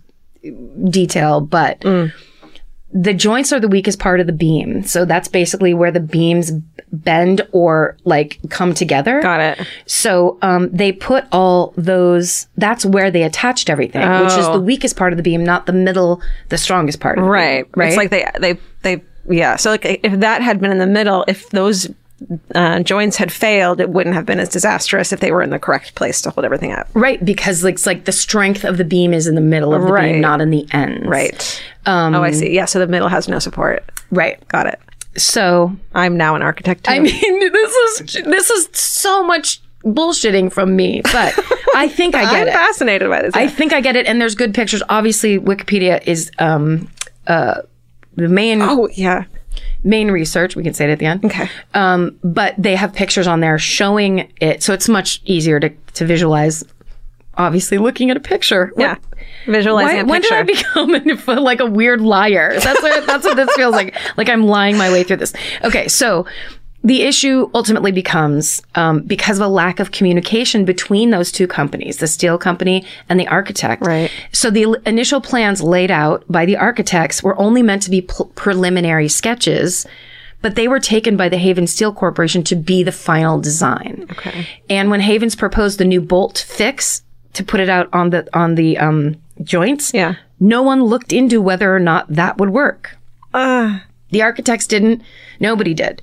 Speaker 2: detail, but
Speaker 3: Mm.
Speaker 2: the joints are the weakest part of the beam. So that's basically where the beams bend or like come together.
Speaker 3: Got it.
Speaker 2: So um, they put all those. That's where they attached everything, which is
Speaker 3: Oh.
Speaker 2: the weakest part of the beam, not the middle, the strongest part. Of the beam,
Speaker 3: Right.
Speaker 2: right.
Speaker 3: It's like they they they yeah. So like if that had been in the middle, if those uh, joints had failed, it wouldn't have been as disastrous if they were in the correct place to hold everything up.
Speaker 2: Right, because like, it's like the strength of the beam is in the middle of the
Speaker 3: Right.
Speaker 2: beam, not in the ends.
Speaker 3: Right. oh,
Speaker 2: Um,
Speaker 3: I see. Yeah. So the middle has no support.
Speaker 2: Right.
Speaker 3: Got it.
Speaker 2: So
Speaker 3: I'm now an architect. Too.
Speaker 2: I mean, this is this is so much bullshitting from me, but I think I
Speaker 3: I'm
Speaker 2: get it.
Speaker 3: fascinated by this.
Speaker 2: I think I get it, and there's good pictures. Obviously, Wikipedia is um uh the main
Speaker 3: oh yeah.
Speaker 2: main research. We can say it at the end.
Speaker 3: Okay.
Speaker 2: Um, but they have pictures on there showing it, so it's much easier to to visualize. Obviously, looking at a picture.
Speaker 3: Yeah. Visualizing
Speaker 2: Why,
Speaker 3: a
Speaker 2: when did I
Speaker 3: picture.
Speaker 2: become an, like a weird liar? That's what that's what this feels like. Like I'm lying my way through this. Okay, so the issue ultimately becomes um, because of a lack of communication between those two companies, the steel company and the architect.
Speaker 3: Right.
Speaker 2: So the l- initial plans laid out by the architects were only meant to be pl- preliminary sketches. But they were taken by the Haven Steel Corporation to be the final design. Okay. And when Havens proposed the new bolt fix to put it out on the on the um, joints,
Speaker 3: Yeah.
Speaker 2: no one looked into whether or not that would work.
Speaker 3: Ah.
Speaker 2: The architects didn't. Nobody did.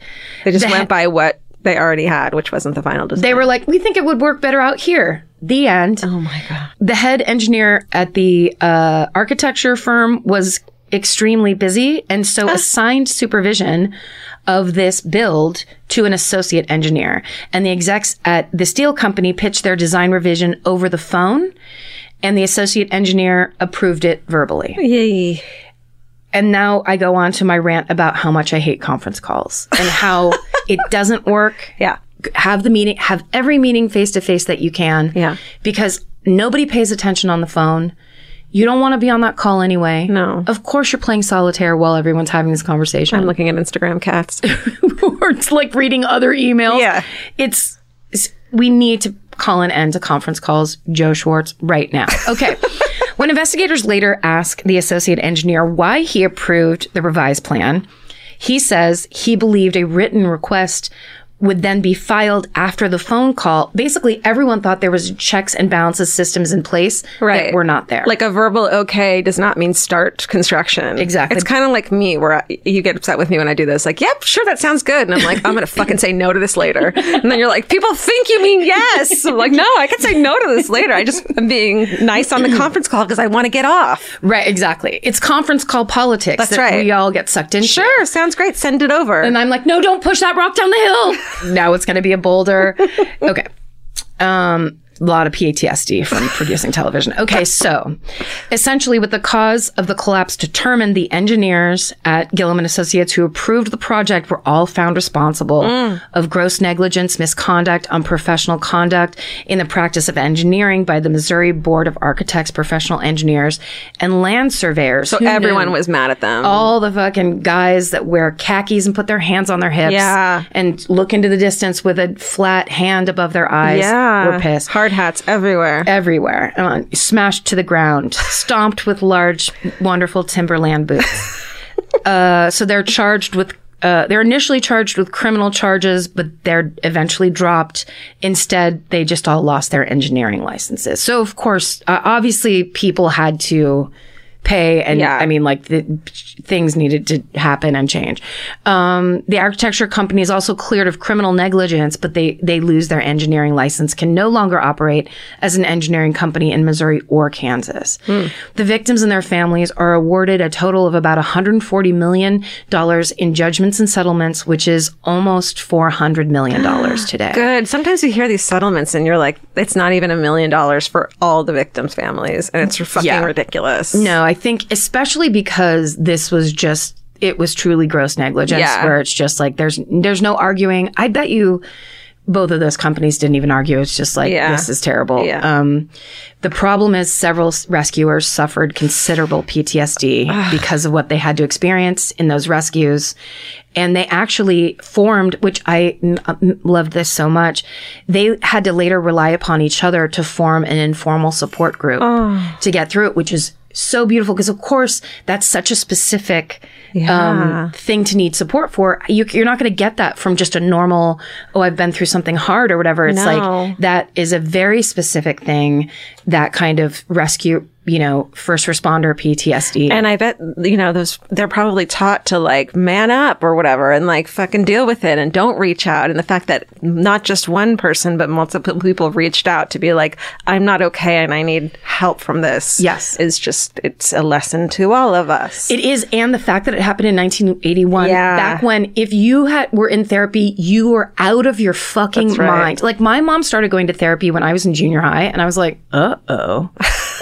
Speaker 3: they just went by what they already had, which wasn't the final design.
Speaker 2: They were like, we think it would work better out here. The end.
Speaker 3: oh my god.
Speaker 2: The head engineer at the uh, architecture firm was extremely busy and so assigned supervision of this build to an associate engineer. And the execs at the steel company pitched their design revision over the phone, and the associate engineer approved it verbally.
Speaker 3: Yay.
Speaker 2: And now I go on to my rant about how much I hate conference calls and how it doesn't work.
Speaker 3: Yeah.
Speaker 2: Have the meeting, have every meeting face to face that you can.
Speaker 3: Yeah.
Speaker 2: Because nobody pays attention on the phone. You don't want to be on that call anyway.
Speaker 3: No.
Speaker 2: Of course you're playing solitaire while everyone's having this conversation.
Speaker 3: I'm looking at Instagram cats.
Speaker 2: or it's like reading other emails.
Speaker 3: Yeah.
Speaker 2: It's, it's we need to call an end to conference calls, Joe Schwartz, right now. Okay. when investigators later ask the associate engineer why he approved the revised plan, he says he believed a written request would then be filed after the phone call. Basically, everyone thought there was checks and balances systems in place
Speaker 3: Right.
Speaker 2: that were not there.
Speaker 3: like a verbal okay does not mean start construction.
Speaker 2: Exactly.
Speaker 3: It's kind of like me where I, you get upset with me when I do this. Like, yep, sure, that sounds good. And I'm like, I'm going to fucking say no to this later. And then you're like, people think you mean yes. I'm like, no, I can say no to this later. I just am being nice on the conference call because I want to get off.
Speaker 2: right, exactly. It's conference call politics
Speaker 3: That's
Speaker 2: that
Speaker 3: right.
Speaker 2: we all get sucked into.
Speaker 3: Sure, sounds great. Send it over.
Speaker 2: And I'm like, no, don't push that rock down the hill. now it's going to be a boulder. Okay. Um, a lot of PTSD from producing television. Okay, so essentially, with the cause of the collapse determined, the engineers at Gillum and Associates who approved the project were all found responsible of gross negligence, misconduct, unprofessional conduct in the practice of engineering by the Missouri Board of Architects, Professional Engineers, and Land Surveyors.
Speaker 3: so
Speaker 2: Who
Speaker 3: everyone
Speaker 2: knew?
Speaker 3: was mad at them.
Speaker 2: all the fucking guys that wear khakis and put their hands on their hips
Speaker 3: Yeah.
Speaker 2: and look into the distance with a flat hand above their eyes
Speaker 3: yeah.
Speaker 2: were pissed.
Speaker 3: Hard hats everywhere.
Speaker 2: Everywhere, uh, smashed to the ground, stomped with large, wonderful Timberland boots. uh, so they're charged with. Uh, they're initially charged with criminal charges, but they're eventually dropped. Instead, they just all lost their engineering licenses. So, of course, uh, obviously, people had to pay and
Speaker 3: Yeah.
Speaker 2: I mean like the things needed to happen and change. Um, the architecture company is also cleared of criminal negligence, but they they lose their engineering license, can no longer operate as an engineering company in Missouri or Kansas. The victims and their families are awarded a total of about 140 million dollars in judgments and settlements, which is almost 400 million dollars today.
Speaker 3: Good. Sometimes you hear these settlements and you're like, it's not even a million dollars for all the victims' families. And it's fucking ridiculous.
Speaker 2: No, I think especially because this was just it was truly gross negligence
Speaker 3: Yeah.
Speaker 2: where it's just like there's there's no arguing. I bet you both of those companies didn't even argue. It's just like
Speaker 3: Yeah.
Speaker 2: this is terrible.
Speaker 3: Yeah.
Speaker 2: Um the problem is several s- rescuers suffered considerable PTSD because of what they had to experience in those rescues. And they actually formed, which I m- m- loved this so much. They had to later rely upon each other to form an informal support group
Speaker 3: Oh.
Speaker 2: to get through it, which is so beautiful because of course that's such a specific um, thing to need support for. You, you're not going to get that from just a normal, oh, I've been through something hard or whatever. It's like that is a very specific thing that kind of rescue, you know, first responder PTSD.
Speaker 3: And I bet, you know, those, they're probably taught to like man up or whatever and like fucking deal with it and don't reach out. And the fact that not just one person, but multiple people reached out to be like, I'm not okay and I need help from this.
Speaker 2: Yes.
Speaker 3: Is just, it's a lesson to all of us.
Speaker 2: It is, and the fact that it happened in 1981,
Speaker 3: Yeah.
Speaker 2: back when if you had were in therapy, you were out of your fucking mind. Like my mom started going to therapy when I was in junior high, and I was like, uh oh,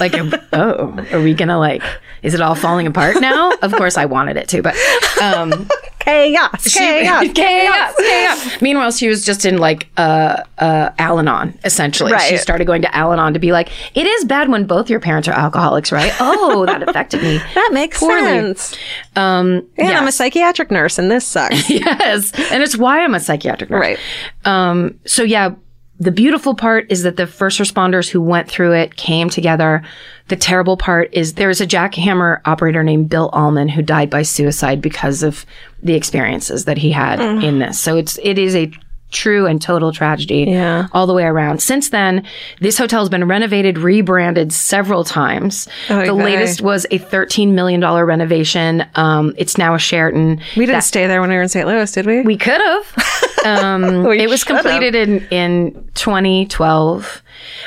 Speaker 2: like oh, are we gonna like? Is it all falling apart now? of course, I wanted it to, but um,
Speaker 3: chaos. chaos.
Speaker 2: chaos, chaos. Meanwhile, she was just in like uh, uh, Al-Anon, essentially. She
Speaker 3: Right.
Speaker 2: started going to Al-Anon to be like, it is bad when both your parents are alcoholics, right? Oh, that affected me.
Speaker 3: That makes
Speaker 2: Poorly.
Speaker 3: sense.
Speaker 2: Um,
Speaker 3: And I'm a
Speaker 2: yes.
Speaker 3: psychiatric nurse and this sucks.
Speaker 2: yes. And it's why I'm a psychiatric nurse.
Speaker 3: Right.
Speaker 2: Um, so yeah, the beautiful part is that the first responders who went through it came together. The terrible part is there's a jackhammer operator named Bill Allman who died by suicide because of the experiences that he had in this. So it's it is a true and total tragedy yeah. all the way around. Since then, this hotel has been renovated, rebranded several times. the latest was a $13 million renovation. Um, it's now a Sheraton.
Speaker 3: We didn't stay there when we were in St. Louis, did we?
Speaker 2: We could have. Um, it was
Speaker 3: should have.
Speaker 2: completed in, in 2012.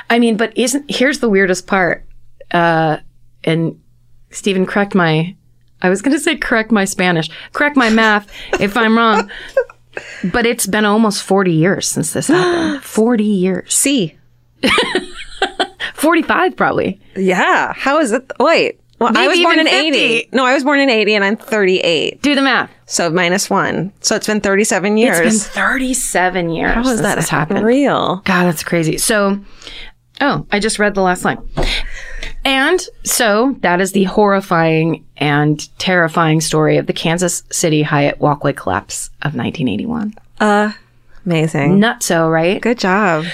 Speaker 2: I mean, but isn't here's the weirdest part. Uh, and Stephen, correct my. I was going to say correct my Spanish, correct my math if I'm wrong. But it's been almost 40 years since this happened. 40 years.
Speaker 3: See.
Speaker 2: 45 probably.
Speaker 3: Yeah. How is it? Wait. Well,
Speaker 2: Maybe
Speaker 3: I was born in
Speaker 2: even
Speaker 3: 80.
Speaker 2: 50.
Speaker 3: No, I was born in 80 and I'm 38.
Speaker 2: Do the math.
Speaker 3: So minus one. So it's been 37
Speaker 2: It's been
Speaker 3: years.
Speaker 2: 37 years How
Speaker 3: How
Speaker 2: since
Speaker 3: is that
Speaker 2: this happened.
Speaker 3: real?
Speaker 2: God, that's crazy. So, oh, I just read the last line. And so that is the horrifying and terrifying story of the Kansas City Hyatt walkway collapse of 1981.
Speaker 3: Amazing.
Speaker 2: Nutso, right?
Speaker 3: Good job.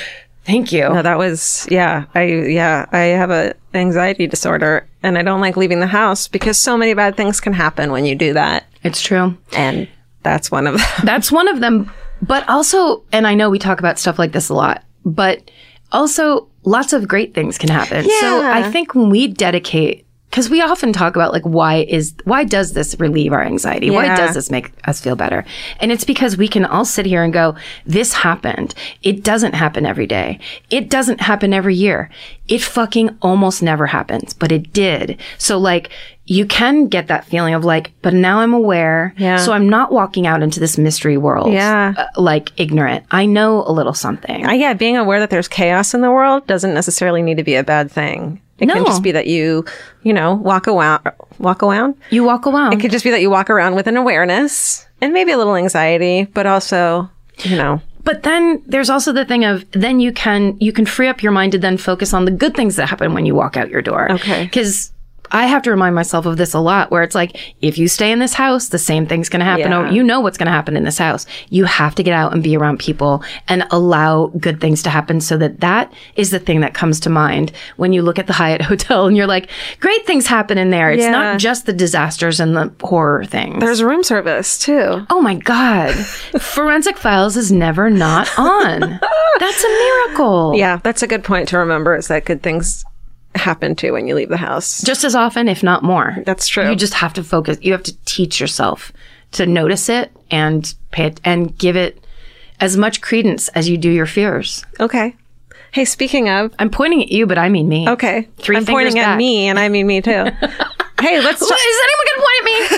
Speaker 2: Thank you.
Speaker 3: No, that was yeah. I yeah. I have a anxiety disorder and I don't like leaving the house because so many bad things can happen when you do that,
Speaker 2: It's true.
Speaker 3: and that's one of them.
Speaker 2: That's one of them. But also, and I know we talk about stuff like this a lot, but also lots of great things can happen. So
Speaker 3: Yeah.
Speaker 2: I think when we dedicate, because we often talk about like why is why does this relieve our anxiety? Why
Speaker 3: Yeah.
Speaker 2: does this make us feel better? And it's because we can all sit here and go, this happened. It doesn't happen every day. It doesn't happen every year. It fucking almost never happens, but it did. So like you can get that feeling of like, but now I'm aware.
Speaker 3: Yeah.
Speaker 2: So I'm not walking out into this mystery world.
Speaker 3: Yeah.
Speaker 2: uh, like ignorant. I know a little something.
Speaker 3: Uh, yeah, being aware that there's chaos in the world doesn't necessarily need to be a bad thing. It
Speaker 2: No.
Speaker 3: can just be that you, you know, walk around, walk around.
Speaker 2: you walk around.
Speaker 3: It could just be that you walk around with an awareness and maybe a little anxiety, but also, you know,
Speaker 2: but then there's also the thing of then you can you can free up your mind to then focus on the good things that happen when you walk out your door
Speaker 3: Okay.
Speaker 2: because I have to remind myself of this a lot where it's like, if you stay in this house, the same thing's going to happen.
Speaker 3: Yeah.
Speaker 2: Oh, you know what's going to happen in this house. You have to get out and be around people and allow good things to happen so that that is the thing that comes to mind when you look at the Hyatt Hotel and you're like, great things happen in there. It's
Speaker 3: Yeah.
Speaker 2: not just the disasters and the horror things.
Speaker 3: there's room service too.
Speaker 2: Oh my God. Forensic Files is never not on. That's a miracle.
Speaker 3: Yeah, that's a good point to remember is that good things happen to when you leave the house.
Speaker 2: just as often, if not more.
Speaker 3: That's true.
Speaker 2: You just have to focus. You have to teach yourself to notice it and pay it and give it as much credence as you do your fears.
Speaker 3: okay. Hey, speaking of,
Speaker 2: I'm pointing at you, but I mean me.
Speaker 3: okay,
Speaker 2: Three
Speaker 3: I'm
Speaker 2: fingers
Speaker 3: pointing at
Speaker 2: back.
Speaker 3: me, and I mean me too. hey, let's
Speaker 2: Well, Is anyone going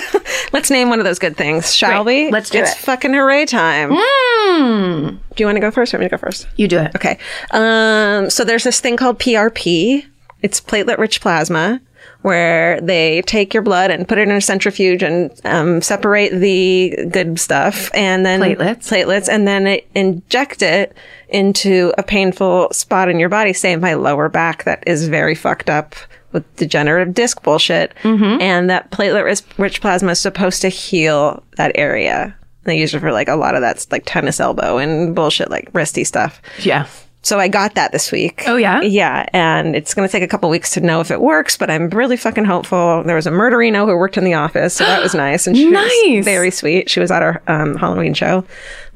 Speaker 2: to point at me?
Speaker 3: let's name one of those good things, shall
Speaker 2: Great.
Speaker 3: we?
Speaker 2: Let's do
Speaker 3: it's
Speaker 2: it.
Speaker 3: fucking hooray time.
Speaker 2: Hmm.
Speaker 3: Do you want to go first? Or want me to go first?
Speaker 2: You do it.
Speaker 3: Okay. Um, so there's this thing called PRP. It's platelet rich plasma, where they take your blood and put it in a centrifuge and um, separate the good stuff and then
Speaker 2: Platelets.
Speaker 3: platelets, and then it inject it into a painful spot in your body, say my lower back that is very fucked up with degenerative disc bullshit. And that platelet rich- rich plasma is supposed to heal that area. They use it for like a lot of that's like tennis elbow and bullshit, like wristy stuff.
Speaker 2: Yeah.
Speaker 3: So I got that this week.
Speaker 2: Oh, yeah?
Speaker 3: Yeah. And it's going to take a couple weeks to know if it works, but I'm really fucking hopeful. There was a murderino who worked in the office, so that was nice. And she
Speaker 2: Nice.
Speaker 3: was very sweet. She was at our um, Halloween show.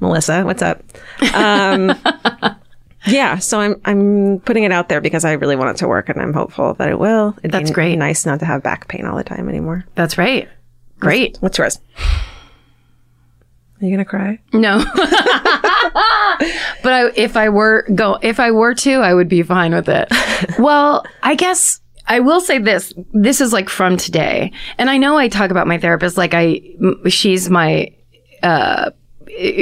Speaker 3: Melissa, what's up? Um, yeah. So I'm, I'm putting it out there because I really want it to work and I'm hopeful that it will. It'd
Speaker 2: That's
Speaker 3: be
Speaker 2: great.
Speaker 3: nice not to have back pain all the time anymore.
Speaker 2: That's right. Great.
Speaker 3: What's yours? Are you going to cry?
Speaker 2: No. but I, if I were go if I were to, I would be fine with it. well, I guess I will say this. This is like from today. And I know I talk about my therapist like I m- she's my uh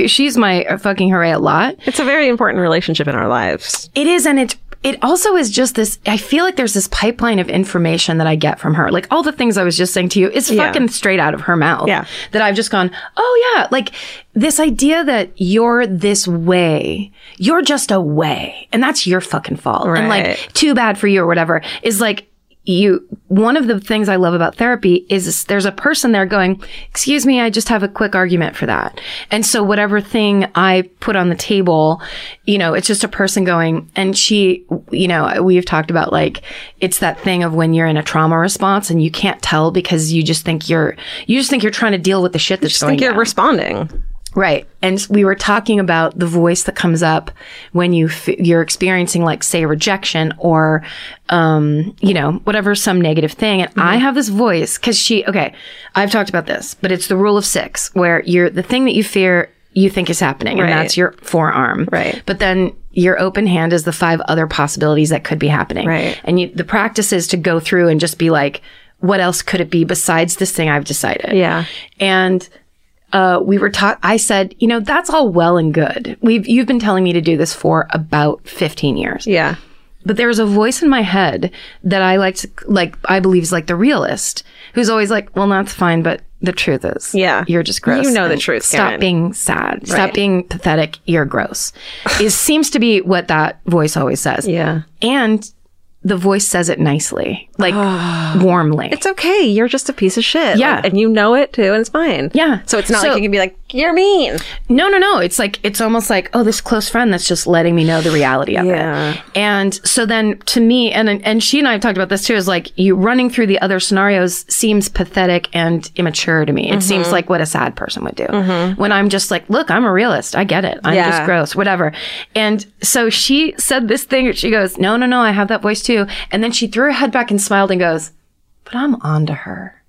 Speaker 2: she's my fucking hooray a lot.
Speaker 3: It's a very important relationship in our lives.
Speaker 2: It is, and it it also is just this. I feel like there's this pipeline of information that I get from her. Like all the things I was just saying to you is fucking straight out of her mouth.
Speaker 3: Yeah.
Speaker 2: that I've just gone. Oh yeah, like this idea that you're this way, you're just a way, and that's your fucking fault. And
Speaker 3: Right.
Speaker 2: like too bad for you or whatever is like you one of the things i love about therapy is there's a person there going excuse me i just have a quick argument for that and so whatever thing i put on the table you know it's just a person going and she you know we've talked about like it's that thing of when you're in a trauma response and you can't tell because you just think you're you just think you're trying to deal with the shit that's
Speaker 3: I
Speaker 2: going
Speaker 3: think you're
Speaker 2: down.
Speaker 3: responding.
Speaker 2: Right. And we were talking about the voice that comes up when you f- you're experiencing like say rejection or um you know whatever some negative thing and
Speaker 3: Mm-hmm.
Speaker 2: I have this voice cuz she okay, I've talked about this, but it's the rule of 6 where you're the thing that you fear you think is happening and
Speaker 3: Right.
Speaker 2: that's your forearm.
Speaker 3: Right.
Speaker 2: But then your open hand is the five other possibilities that could be happening.
Speaker 3: Right.
Speaker 2: And you, the practice is to go through and just be like what else could it be besides this thing I've decided?
Speaker 3: Yeah.
Speaker 2: And uh, we were taught. I said, you know, that's all well and good. We've you've been telling me to do this for about fifteen years,
Speaker 3: Yeah.
Speaker 2: but there's a voice in my head that I like to like. I believe is like the realist, who's always like, well, that's fine, but the truth is,
Speaker 3: Yeah.
Speaker 2: you're just gross.
Speaker 3: You know the
Speaker 2: and
Speaker 3: truth,
Speaker 2: Stop
Speaker 3: Karen.
Speaker 2: being sad. Stop being pathetic. You're gross. it seems to be what that voice always says.
Speaker 3: Yeah.
Speaker 2: and the voice says it nicely, like warmly.
Speaker 3: It's okay. You're just a piece of shit.
Speaker 2: Yeah.
Speaker 3: Like, and you know it too, and it's fine.
Speaker 2: Yeah.
Speaker 3: So it's not
Speaker 2: So-
Speaker 3: like you can be like, you're mean.
Speaker 2: No, no, no. It's like it's almost like oh, this close friend that's just letting me know the reality of
Speaker 3: Yeah.
Speaker 2: it. And so then to me, and and she and I have talked about this too, is like you running through the other scenarios seems pathetic and immature to me. It seems like what a sad person would do. When I'm just like, look, I'm a realist. I get it. I'm
Speaker 3: Yeah.
Speaker 2: just gross, whatever. And so she said this thing. She goes, no, no, no. I have that voice too. And then she threw her head back and smiled and goes, but I'm on to her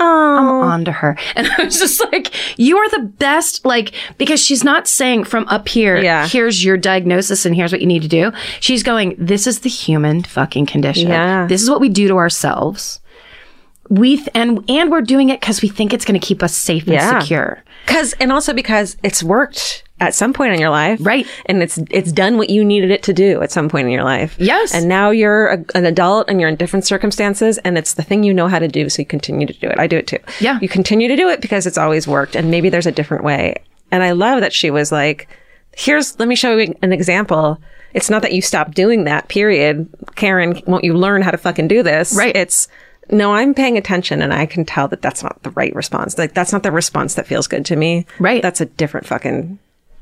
Speaker 3: Oh.
Speaker 2: onto her. And I was just like, you are the best, like, because she's not saying from up here,
Speaker 3: Yeah.
Speaker 2: here's your diagnosis and here's what you need to do. She's going, this is the human fucking condition.
Speaker 3: Yeah.
Speaker 2: This is what we do to ourselves. We th- and and we're doing it because we think it's going to keep us safe and
Speaker 3: Yeah.
Speaker 2: secure.
Speaker 3: Because, and also because it's worked at some point in your life.
Speaker 2: Right.
Speaker 3: And it's, it's done what you needed it to do at some point in your life.
Speaker 2: Yes.
Speaker 3: And now you're a, an adult and you're in different circumstances and it's the thing you know how to do. So you continue to do it. I do it too.
Speaker 2: Yeah.
Speaker 3: You continue to do it because it's always worked and maybe there's a different way. And I love that she was like, here's, let me show you an example. It's not that you stop doing that, period. Karen, won't you learn how to fucking do this?
Speaker 2: Right.
Speaker 3: It's, no, I'm paying attention and I can tell that that's not the right response. Like, that's not the response that feels good to me.
Speaker 2: Right.
Speaker 3: That's a different fucking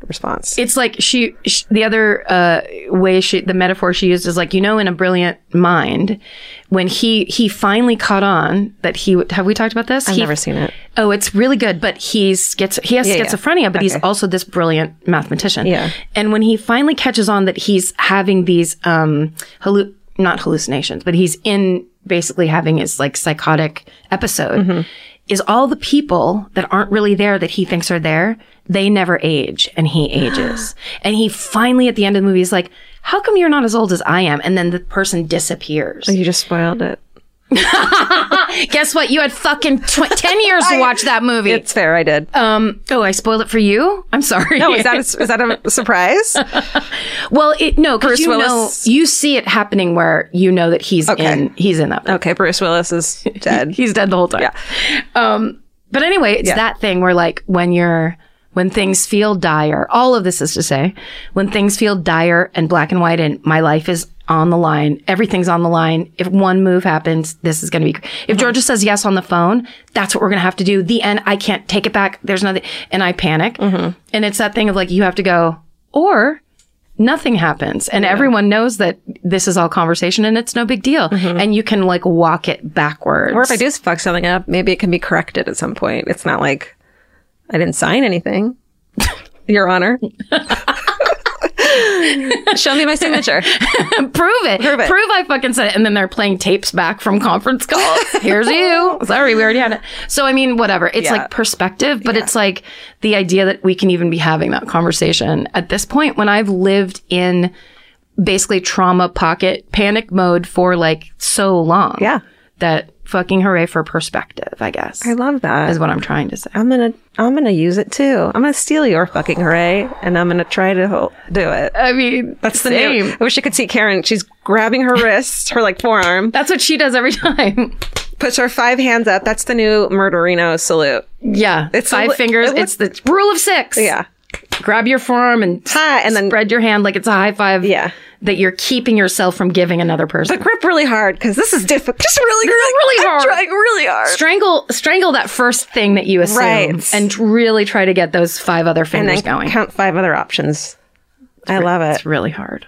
Speaker 3: response.
Speaker 2: It's like she, sh the other uh, way she, the metaphor she used is like you know, in a brilliant mind, when he he finally caught on that he would- have we talked about this?
Speaker 3: I've never seen it.
Speaker 2: Oh, it's really good, but he's schizo- he has
Speaker 3: yeah.
Speaker 2: schizophrenia, but he's
Speaker 3: Okay.
Speaker 2: also this brilliant mathematician.
Speaker 3: Yeah.
Speaker 2: And when he finally catches on that he's having these um hallu- not hallucinations, but he's in basically having his like psychotic episode.
Speaker 3: Mm-hmm.
Speaker 2: Is all the people that aren't really there that he thinks are there, they never age and he ages. and he finally at the end of the movie is like, How come you're not as old as I am? And then the person disappears.
Speaker 3: You just spoiled it.
Speaker 2: Guess what? You had fucking tw- 10 years to watch that movie.
Speaker 3: It's fair. I did.
Speaker 2: um, oh, I spoiled it for you? I'm sorry.
Speaker 3: Oh, is that a, is that a surprise?
Speaker 2: Well, it no, because you
Speaker 3: Willis-
Speaker 2: know you see it happening where you know that he's
Speaker 3: Okay.
Speaker 2: in he's in that. movie.
Speaker 3: Okay, Bruce Willis is dead.
Speaker 2: He's dead the whole time. Yeah. Um, but anyway, it's that thing where like when you're when things feel dire, all of this is to say, when things feel dire and black and white and my life is on the line, everything's on the line. If one move happens, this is going to be,
Speaker 3: Mm-hmm.
Speaker 2: if Georgia says yes on the phone, that's what we're going to have to do. The end. I can't take it back. There's nothing. And I panic.
Speaker 3: Mm-hmm.
Speaker 2: And it's that thing of like, you have to go or nothing happens and everyone knows that this is all conversation and it's no big deal and you can like walk it backwards
Speaker 3: Mm-hmm. or if I do fuck something up, maybe it can be corrected at some point. It's not like I didn't sign anything, Your Honor. Show me my signature.
Speaker 2: prove it.
Speaker 3: Prove it.
Speaker 2: I fucking said it. And then they're playing tapes back from conference calls. Here's you. Sorry, we already had it. So, I mean, whatever. It's like perspective, but it's like the idea that we can even be having that conversation at this point when I've lived in basically trauma pocket panic mode for like so long.
Speaker 3: Yeah.
Speaker 2: That fucking hooray for perspective, I guess.
Speaker 3: I love that.
Speaker 2: is what I'm trying to say.
Speaker 3: I'm gonna I'm gonna use it too. I'm gonna steal your fucking hooray, and I'm gonna try to ho- do it.
Speaker 2: I mean,
Speaker 3: That's the name. I wish you could see Karen. She's grabbing her wrist, her like forearm,
Speaker 2: That's what she does every time.
Speaker 3: puts her five hands up. That's the new murderino salute.
Speaker 2: Yeah.
Speaker 3: It's
Speaker 2: It's
Speaker 3: a
Speaker 2: five
Speaker 3: li-
Speaker 2: fingers.
Speaker 3: it
Speaker 2: it's the rule of six.
Speaker 3: Yeah,
Speaker 2: grab your forearm and
Speaker 3: Hi, and then-
Speaker 2: spread your hand like it's a high five.
Speaker 3: Yeah.
Speaker 2: that you're keeping yourself from giving another person.
Speaker 3: but grip really hard because this is difficult. Just really,
Speaker 2: really
Speaker 3: I'm
Speaker 2: hard.
Speaker 3: trying really hard.
Speaker 2: strangle, strangle that first thing that you assume,
Speaker 3: Right.
Speaker 2: and really try to get those five other
Speaker 3: and
Speaker 2: fingers
Speaker 3: then
Speaker 2: going.
Speaker 3: count five other options. I love it.
Speaker 2: It's really hard.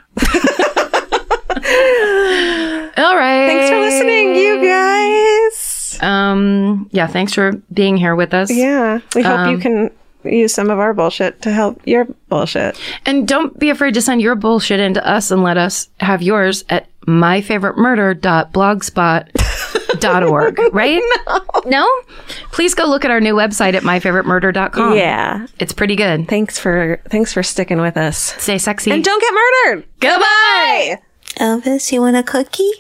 Speaker 2: All right.
Speaker 3: Thanks for listening, you guys.
Speaker 2: Um. Yeah. Thanks for being here with us.
Speaker 3: Yeah, we hope
Speaker 2: Um,
Speaker 3: you can use some of our bullshit to help your bullshit.
Speaker 2: And don't be afraid to send your bullshit into us and let us have yours at myfavoritemurder.blogspot.org, right? No. Please go look at our new website at myfavoritemurder.com.
Speaker 3: Yeah.
Speaker 2: It's pretty good.
Speaker 3: Thanks for thanks for sticking with us.
Speaker 2: Stay sexy.
Speaker 3: And don't get murdered.
Speaker 2: Goodbye.
Speaker 6: Elvis, you want a cookie?